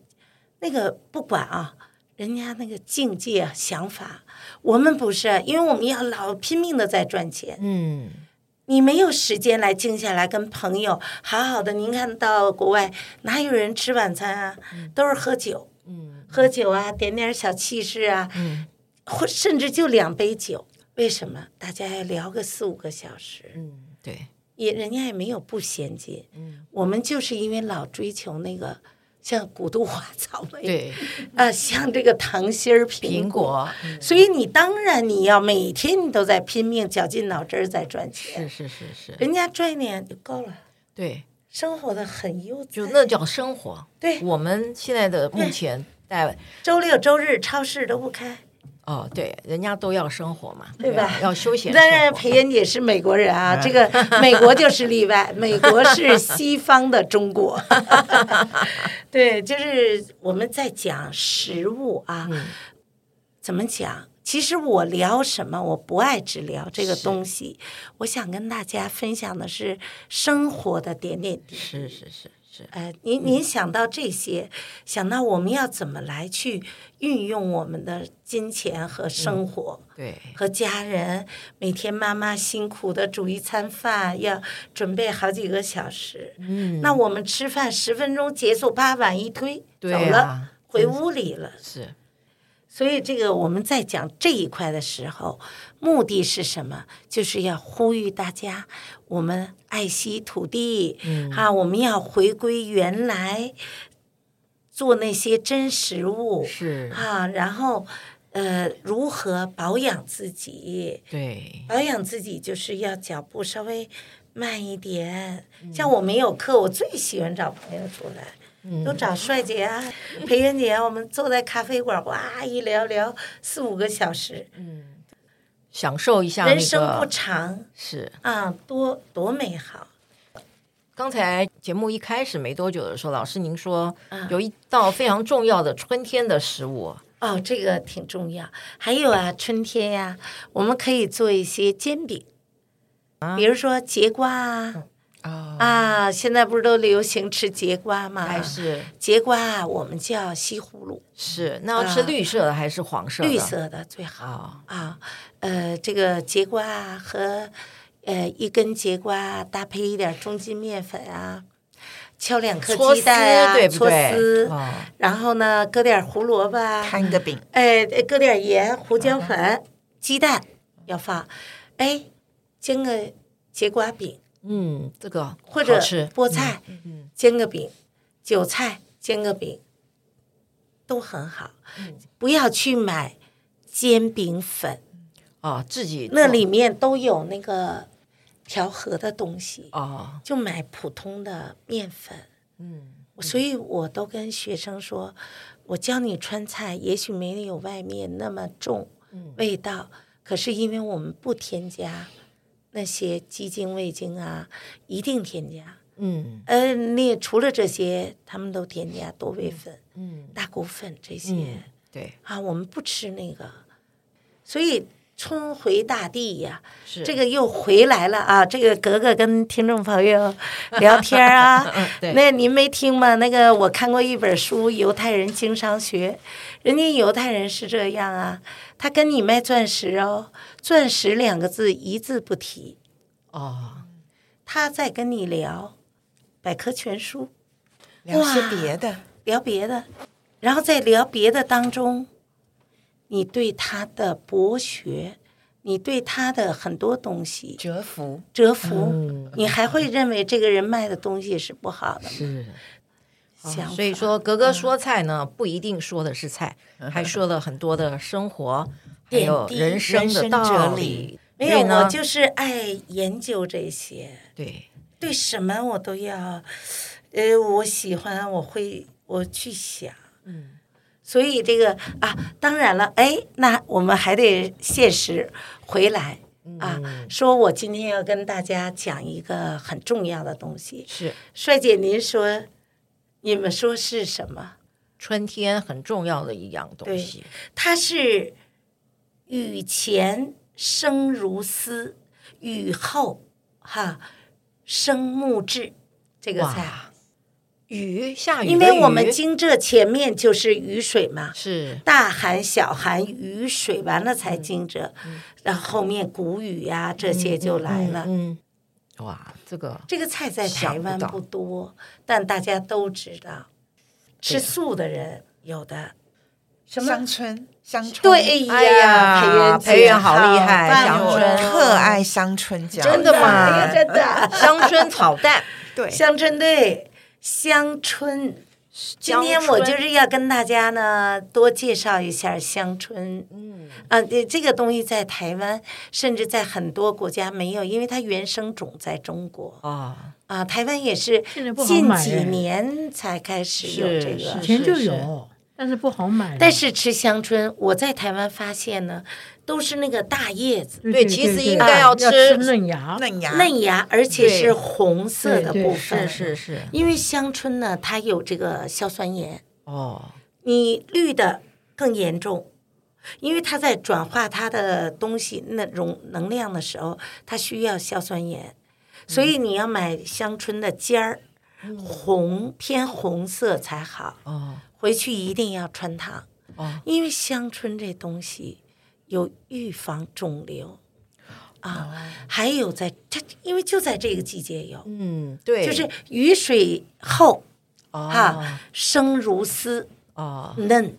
[SPEAKER 3] 那个不管啊，人家那个境界啊想法，我们不是，啊因为我们要老拼命的在赚钱，
[SPEAKER 4] 嗯，
[SPEAKER 3] 你没有时间来静下来跟朋友好好的。您看到国外哪有人吃晚餐啊？都是喝酒，嗯，喝酒啊，点点小气势啊，嗯，或甚至就两杯酒。为什么大家要聊个四五个小时？
[SPEAKER 4] 嗯，对，
[SPEAKER 3] 也人家也没有不先进，嗯，我们就是因为老追求那个像古都花草莓，
[SPEAKER 4] 对，
[SPEAKER 3] 啊，像这个糖心儿、苹
[SPEAKER 4] 苹果，嗯
[SPEAKER 3] 所以你当然你要每天你都在拼命绞尽脑汁儿在赚
[SPEAKER 4] 是
[SPEAKER 3] 钱，
[SPEAKER 4] 是是是，
[SPEAKER 3] 人家赚一点就够了，
[SPEAKER 4] 对，
[SPEAKER 3] 生活的很悠哉。
[SPEAKER 4] 就那叫生活。
[SPEAKER 3] 对
[SPEAKER 4] 我们现在的目前在
[SPEAKER 3] 周六周日超市都不开，
[SPEAKER 4] 哦，对，人家都要生活嘛，
[SPEAKER 3] 对吧
[SPEAKER 4] 要要休闲生活。哎
[SPEAKER 3] 当然裴恩姐是美国人啊，这个 美国就是例外，美国是西方的中 国。对，就是我们在讲食物啊，
[SPEAKER 4] 嗯
[SPEAKER 3] 怎么讲？其实我聊什么，我不爱只聊这个东西。我想跟大家分享的是生活的点点滴滴。
[SPEAKER 4] 是是是是嗯
[SPEAKER 3] 呃，您您想到这些，想到我们要怎么来去运用我们的金钱和
[SPEAKER 4] 嗯
[SPEAKER 3] 生活，
[SPEAKER 4] 对，
[SPEAKER 3] 和家人每天妈妈辛苦的煮一餐饭，要准备好几个小时。嗯，那我们吃饭十分钟结束，把碗一推，
[SPEAKER 4] 对
[SPEAKER 3] 走
[SPEAKER 4] 啊
[SPEAKER 3] 了，回屋里了。
[SPEAKER 4] 是
[SPEAKER 3] 所以，这个我们在讲这一块的时候，目的是什么？就是要呼吁大家，我们爱惜土地，
[SPEAKER 4] 嗯
[SPEAKER 3] 啊，我们要回归原来，做那些真食物
[SPEAKER 4] 是，
[SPEAKER 3] 啊，然后，呃，如何保养自己？
[SPEAKER 4] 对，
[SPEAKER 3] 保养自己就是要脚步稍微慢一点。
[SPEAKER 4] 嗯
[SPEAKER 3] 像我没有课，我最喜欢找朋友出来，
[SPEAKER 4] 嗯
[SPEAKER 3] 都找帅姐啊、裴元姐啊，我们坐在咖啡馆，哇，一聊聊四五个小时。
[SPEAKER 4] 享受一下那
[SPEAKER 3] 人生不
[SPEAKER 4] 个
[SPEAKER 3] 长
[SPEAKER 4] 是。
[SPEAKER 3] 啊，多多美好。
[SPEAKER 4] 刚才节目一开始没多久的时候，老师您说
[SPEAKER 3] 嗯
[SPEAKER 4] 有一道非常重要的春天的食物，
[SPEAKER 3] 哦，这个挺重要。还有啊，春天呀、我们可以做一些煎饼，
[SPEAKER 4] 啊
[SPEAKER 3] 比如说节瓜
[SPEAKER 4] 嗯
[SPEAKER 3] 啊。啊，现在不是都流行吃节瓜吗？
[SPEAKER 4] 还哦哎是
[SPEAKER 3] 节瓜啊，我们叫西葫芦，
[SPEAKER 4] 是那要吃绿色的还是黄色的？
[SPEAKER 3] 啊绿色的最好
[SPEAKER 4] 啊，
[SPEAKER 3] 啊。呃，这个节瓜啊和呃一根节瓜啊搭配一点中筋面粉啊，敲两颗
[SPEAKER 4] 搓
[SPEAKER 3] 鸡
[SPEAKER 4] 丝
[SPEAKER 3] 蛋啊，
[SPEAKER 4] 对不
[SPEAKER 3] 搓
[SPEAKER 4] 对？
[SPEAKER 3] 丝，
[SPEAKER 4] 哦
[SPEAKER 3] 然后呢搁点胡萝卜啊，
[SPEAKER 6] 摊个饼，
[SPEAKER 3] 哎，哎搁点盐、胡椒粉、鸡蛋要放，哎，煎个节瓜饼
[SPEAKER 4] 嗯，这个
[SPEAKER 3] 或者
[SPEAKER 4] 好吃
[SPEAKER 3] 菠菜
[SPEAKER 4] 嗯
[SPEAKER 3] 煎个饼，韭菜煎个饼，都很好。
[SPEAKER 4] 嗯
[SPEAKER 3] 不要去买煎饼粉，
[SPEAKER 4] 哦，自己做
[SPEAKER 3] 那里面都有那个调和的东西，
[SPEAKER 4] 哦，
[SPEAKER 3] 就买普通的面粉。
[SPEAKER 4] 嗯，
[SPEAKER 3] 所以我都跟学生说，我教你川菜，也许没有外面那么重
[SPEAKER 4] 嗯
[SPEAKER 3] 味道，可是因为我们不添加那些鸡精、味精啊，一定添加。
[SPEAKER 4] 嗯
[SPEAKER 3] 呃，那除了这些，他们都添加多味粉、
[SPEAKER 4] 嗯
[SPEAKER 3] 大骨粉这些、
[SPEAKER 4] 嗯，对，
[SPEAKER 3] 啊，我们不吃那个，所以。春回大地呀、
[SPEAKER 4] 是
[SPEAKER 3] 这个又回来了 啊！这个格格跟听众朋友聊天儿啊，
[SPEAKER 4] 嗯对，
[SPEAKER 3] 那您没听吗？那个我看过一本书《犹太人经商学》，人家犹太人是这样啊，他跟你卖钻石哦，钻石两个字一字不提，
[SPEAKER 4] 哦，
[SPEAKER 3] 他在跟你聊百科全书，
[SPEAKER 6] 聊些
[SPEAKER 3] 哇
[SPEAKER 6] 别的，
[SPEAKER 3] 聊别的，然后在聊别的当中，你对他的博学，你对他的很多东西
[SPEAKER 6] 折服。
[SPEAKER 3] 折服，
[SPEAKER 4] 嗯
[SPEAKER 3] 你还会认为这个人卖的东西是不好的。
[SPEAKER 4] 是。
[SPEAKER 3] 想
[SPEAKER 4] 嗯啊所以
[SPEAKER 3] 法
[SPEAKER 4] 说，格格说菜呢，不一定说的是菜，还说了很多的生活，还有
[SPEAKER 3] 点滴
[SPEAKER 4] 人生的
[SPEAKER 6] 人生哲
[SPEAKER 4] 道理
[SPEAKER 6] 理。
[SPEAKER 3] 没
[SPEAKER 4] 所
[SPEAKER 3] 有，
[SPEAKER 4] 以呢
[SPEAKER 3] 我就是爱研究这些，
[SPEAKER 4] 对，
[SPEAKER 3] 对什么我都要，呃，我喜欢，我会，我去想，嗯，所以这个啊，当然了，哎，那我们还得现实回来啊，
[SPEAKER 4] 嗯
[SPEAKER 3] 说我今天要跟大家讲一个很重要的东西，
[SPEAKER 4] 是
[SPEAKER 3] 帅姐，您说，你们说是什么？
[SPEAKER 4] 春天很重要的一样东西。
[SPEAKER 3] 它是雨前生如丝，雨后哈生木质。这个菜，
[SPEAKER 4] 哇，雨下雨的雨，
[SPEAKER 3] 因为我们惊蛰前面就是雨水嘛，
[SPEAKER 4] 是
[SPEAKER 3] 大寒、小寒、雨水完了才惊蛰，然后后面谷雨呀、这些就来了。
[SPEAKER 4] 嗯，嗯哇，这个
[SPEAKER 3] 这个菜在
[SPEAKER 4] 想
[SPEAKER 3] 台
[SPEAKER 4] 不
[SPEAKER 3] 湾
[SPEAKER 4] 到
[SPEAKER 3] 不多，但大家都知道，吃素的人有的。什么
[SPEAKER 6] 乡村，乡村，
[SPEAKER 3] 对
[SPEAKER 4] 哎呀
[SPEAKER 3] 呀，培
[SPEAKER 4] 培
[SPEAKER 3] 元
[SPEAKER 4] 元好厉害
[SPEAKER 3] 棒
[SPEAKER 4] 乡
[SPEAKER 6] 哎我
[SPEAKER 4] 村
[SPEAKER 3] 哦
[SPEAKER 6] 特 爱乡村教育，
[SPEAKER 4] 真的 吗
[SPEAKER 3] 哎呀真的，
[SPEAKER 4] 乡村炒蛋
[SPEAKER 6] 对，
[SPEAKER 3] 乡村队，乡村。今天我就是要跟大家呢多介绍一下乡村，嗯啊，这这个东西在台湾，甚至在很多国家没有，因为它原生种在中国
[SPEAKER 4] 啊，
[SPEAKER 3] 啊，台湾也是
[SPEAKER 5] 现在不好
[SPEAKER 3] 近
[SPEAKER 5] 买
[SPEAKER 3] 几
[SPEAKER 5] 哎
[SPEAKER 3] 年才开始有
[SPEAKER 4] 是
[SPEAKER 3] 这
[SPEAKER 4] 是
[SPEAKER 3] 个
[SPEAKER 5] 以。前就是有，但是不好买了。
[SPEAKER 3] 但是吃乡村，我在台湾发现呢，都是那个大叶子，
[SPEAKER 5] 对
[SPEAKER 4] 对
[SPEAKER 5] 对，
[SPEAKER 4] 其实
[SPEAKER 5] 对
[SPEAKER 4] 应
[SPEAKER 5] 对
[SPEAKER 4] 该要
[SPEAKER 5] 要
[SPEAKER 4] 吃
[SPEAKER 5] 嫩芽，
[SPEAKER 6] 嫩芽，
[SPEAKER 3] 嫩芽，而且
[SPEAKER 4] 对
[SPEAKER 3] 是红色的
[SPEAKER 5] 对对
[SPEAKER 3] 部
[SPEAKER 5] 是
[SPEAKER 3] 分。
[SPEAKER 4] 是是是，
[SPEAKER 3] 因为香椿呢，它有这个硝酸盐，
[SPEAKER 4] 哦，
[SPEAKER 3] 你绿的更严重，因为它在转化它的东西那种能量的时候，它需要硝酸盐，所以你要买香椿的尖儿，红偏红色才好。
[SPEAKER 6] 嗯哦
[SPEAKER 3] 回去一定要穿糖，
[SPEAKER 6] 哦
[SPEAKER 3] 因为香椿这东西有预防肿瘤
[SPEAKER 6] 哦
[SPEAKER 3] 啊，还有在它因为就在这个季节有，
[SPEAKER 4] 嗯，对，
[SPEAKER 3] 就是雨水后
[SPEAKER 6] 哦
[SPEAKER 3] 哈生如丝
[SPEAKER 6] 哦，
[SPEAKER 3] 嫩，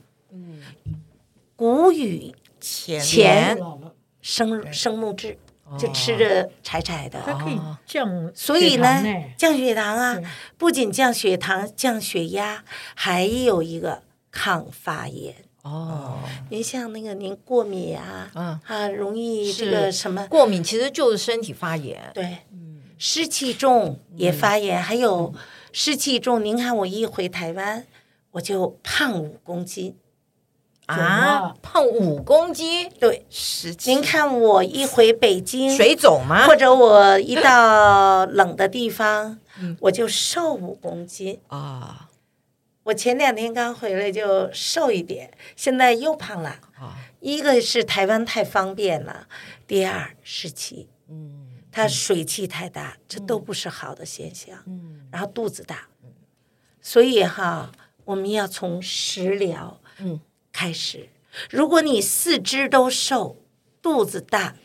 [SPEAKER 3] 谷雨
[SPEAKER 6] 前
[SPEAKER 3] 前
[SPEAKER 5] 老了，
[SPEAKER 3] 生生木质，就吃着柴柴的。
[SPEAKER 5] 它可以降，哎
[SPEAKER 3] 所以呢，降血糖啊
[SPEAKER 5] 对，
[SPEAKER 3] 不仅降血糖、降血压，还有一个抗发炎。
[SPEAKER 6] 哦，
[SPEAKER 3] 您像那个您过敏啊，
[SPEAKER 6] 嗯
[SPEAKER 3] 啊，容易这
[SPEAKER 4] 是
[SPEAKER 3] 个什么，
[SPEAKER 4] 过敏其实就是身体发炎，
[SPEAKER 3] 对，湿气重也发炎，还有湿气重。您看我一回台湾，我就胖五公斤。
[SPEAKER 4] 啊，胖五公斤，
[SPEAKER 3] 对，
[SPEAKER 6] 十七
[SPEAKER 3] 您看我一回北京，
[SPEAKER 4] 水肿吗
[SPEAKER 3] 或？者我一到冷的地方，我就瘦五公斤。
[SPEAKER 6] 啊
[SPEAKER 3] 我前两天刚回来就瘦一点，现在又胖了。
[SPEAKER 6] 啊
[SPEAKER 3] 一个是台湾太方便了，第二湿气，
[SPEAKER 6] 嗯
[SPEAKER 3] 它水汽太大，这都不是好的现象。
[SPEAKER 6] 嗯
[SPEAKER 3] 然后肚子大，所以哈，我们要从食疗
[SPEAKER 6] 嗯
[SPEAKER 3] 开始。如果你四肢都瘦，肚子大，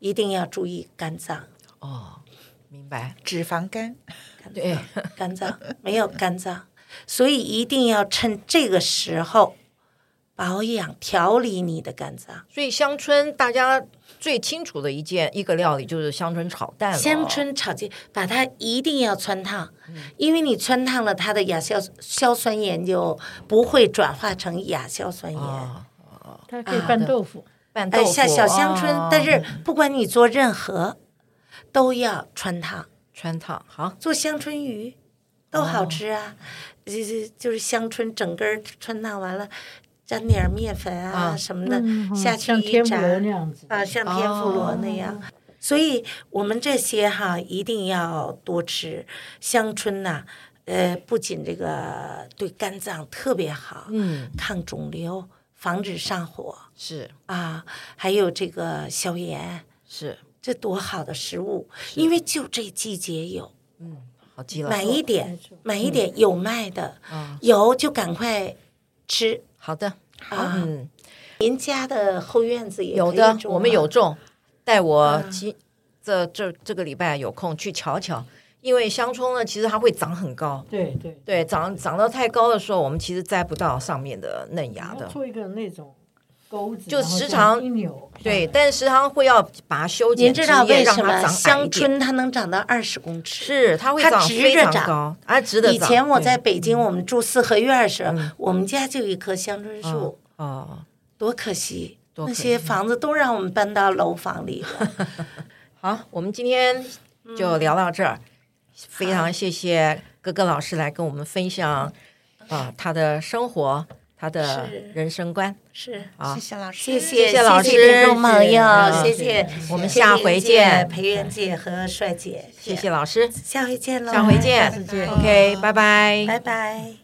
[SPEAKER 3] 一定要注意肝脏。
[SPEAKER 6] 哦，明白，脂肪肝
[SPEAKER 4] 对，
[SPEAKER 3] 肝脏没有肝脏，所以一定要趁这个时候保养调理你的肝脏。
[SPEAKER 4] 所以香椿大家最清楚的一件一个料理就是香椿炒蛋了。
[SPEAKER 3] 香椿炒鸡，把它一定要穿烫，因为你穿烫了，它的亚硝硝酸盐就不会转化成亚硝酸盐。
[SPEAKER 4] 啊，
[SPEAKER 5] 它可以拌豆腐，
[SPEAKER 4] 拌豆
[SPEAKER 3] 呃，
[SPEAKER 4] 腐，
[SPEAKER 3] 像小香椿，
[SPEAKER 4] 啊
[SPEAKER 3] 但是不管你做任何，都要穿烫。
[SPEAKER 4] 川烫好，
[SPEAKER 3] 做香椿鱼都
[SPEAKER 5] 哦
[SPEAKER 3] 好吃啊，就是就是香椿整根儿穿烫完了，沾点儿面粉啊
[SPEAKER 4] 啊
[SPEAKER 3] 什么的，
[SPEAKER 5] 嗯
[SPEAKER 3] 下去
[SPEAKER 5] 像
[SPEAKER 3] 一
[SPEAKER 5] 天妇
[SPEAKER 3] 炸
[SPEAKER 5] 罗那样哦子，
[SPEAKER 3] 啊，像天妇罗那样。所以我们这些哈一定要多吃香椿呐、呃，不仅这个对肝脏特别好，
[SPEAKER 4] 嗯，
[SPEAKER 3] 抗肿瘤，防止上火
[SPEAKER 4] 是
[SPEAKER 3] 啊，还有这个消炎。
[SPEAKER 4] 是，
[SPEAKER 3] 这多好的食物，因为就这季节有，
[SPEAKER 4] 好极
[SPEAKER 5] 啊
[SPEAKER 4] 了，
[SPEAKER 3] 买一点
[SPEAKER 5] 没错，
[SPEAKER 3] 买一点有卖的，
[SPEAKER 4] 啊，
[SPEAKER 3] 有就赶快吃
[SPEAKER 4] 好的，
[SPEAKER 3] 啊！
[SPEAKER 4] 嗯，
[SPEAKER 3] 您家的后院子也
[SPEAKER 4] 有
[SPEAKER 3] 可以
[SPEAKER 4] 的
[SPEAKER 3] 种啊
[SPEAKER 4] 我们有
[SPEAKER 3] 吗
[SPEAKER 4] 种，带我
[SPEAKER 3] 啊
[SPEAKER 4] 今这这这个礼拜有空去瞧瞧，因为香葱呢，其实它会长很高。
[SPEAKER 5] 对对，
[SPEAKER 4] 对，长长到太高的时候，我们其实摘不到上面的嫩芽
[SPEAKER 5] 然后
[SPEAKER 4] 的。
[SPEAKER 5] 做一个那种钩子，
[SPEAKER 4] 就
[SPEAKER 5] 然后
[SPEAKER 4] 时
[SPEAKER 5] 这
[SPEAKER 4] 常
[SPEAKER 5] 样一扭，
[SPEAKER 4] 对，但时常会要把它修剪
[SPEAKER 3] 您
[SPEAKER 4] 枝
[SPEAKER 3] 知
[SPEAKER 4] 叶，
[SPEAKER 3] 道为
[SPEAKER 4] 让
[SPEAKER 3] 什
[SPEAKER 4] 它
[SPEAKER 3] 么
[SPEAKER 4] 长矮一
[SPEAKER 3] 香
[SPEAKER 4] 点。
[SPEAKER 3] 椿它能长到二十公尺？
[SPEAKER 4] 是，它会
[SPEAKER 3] 它
[SPEAKER 4] 长
[SPEAKER 3] 直
[SPEAKER 4] 非
[SPEAKER 3] 着
[SPEAKER 4] 常
[SPEAKER 3] 长
[SPEAKER 4] 高，啊，直的长。
[SPEAKER 3] 以前我
[SPEAKER 4] 对嗯
[SPEAKER 3] 在北京，我们住四合院儿时，我们家就有一棵香椿树，
[SPEAKER 4] 哦，
[SPEAKER 3] 多可惜！
[SPEAKER 4] 多
[SPEAKER 3] 那
[SPEAKER 4] 可
[SPEAKER 3] 些房子都让我们搬到楼房里了。
[SPEAKER 4] 好，我们今天就聊到这儿，非常谢谢哥哥老师来跟我们分享啊、他的生活，他的
[SPEAKER 3] 是
[SPEAKER 4] 人生观。
[SPEAKER 3] 是，
[SPEAKER 4] 好
[SPEAKER 6] 谢谢老师，
[SPEAKER 3] 谢谢
[SPEAKER 4] 谢老师
[SPEAKER 3] 听众朋友，谢
[SPEAKER 4] 谢
[SPEAKER 5] 谢
[SPEAKER 3] 谢，
[SPEAKER 4] 我们下回见
[SPEAKER 3] 裴元姐和帅姐，
[SPEAKER 4] 谢谢老师，
[SPEAKER 3] 下回见喽，
[SPEAKER 4] 下回见
[SPEAKER 5] 下次见
[SPEAKER 4] ，OK，拜拜
[SPEAKER 3] 拜拜。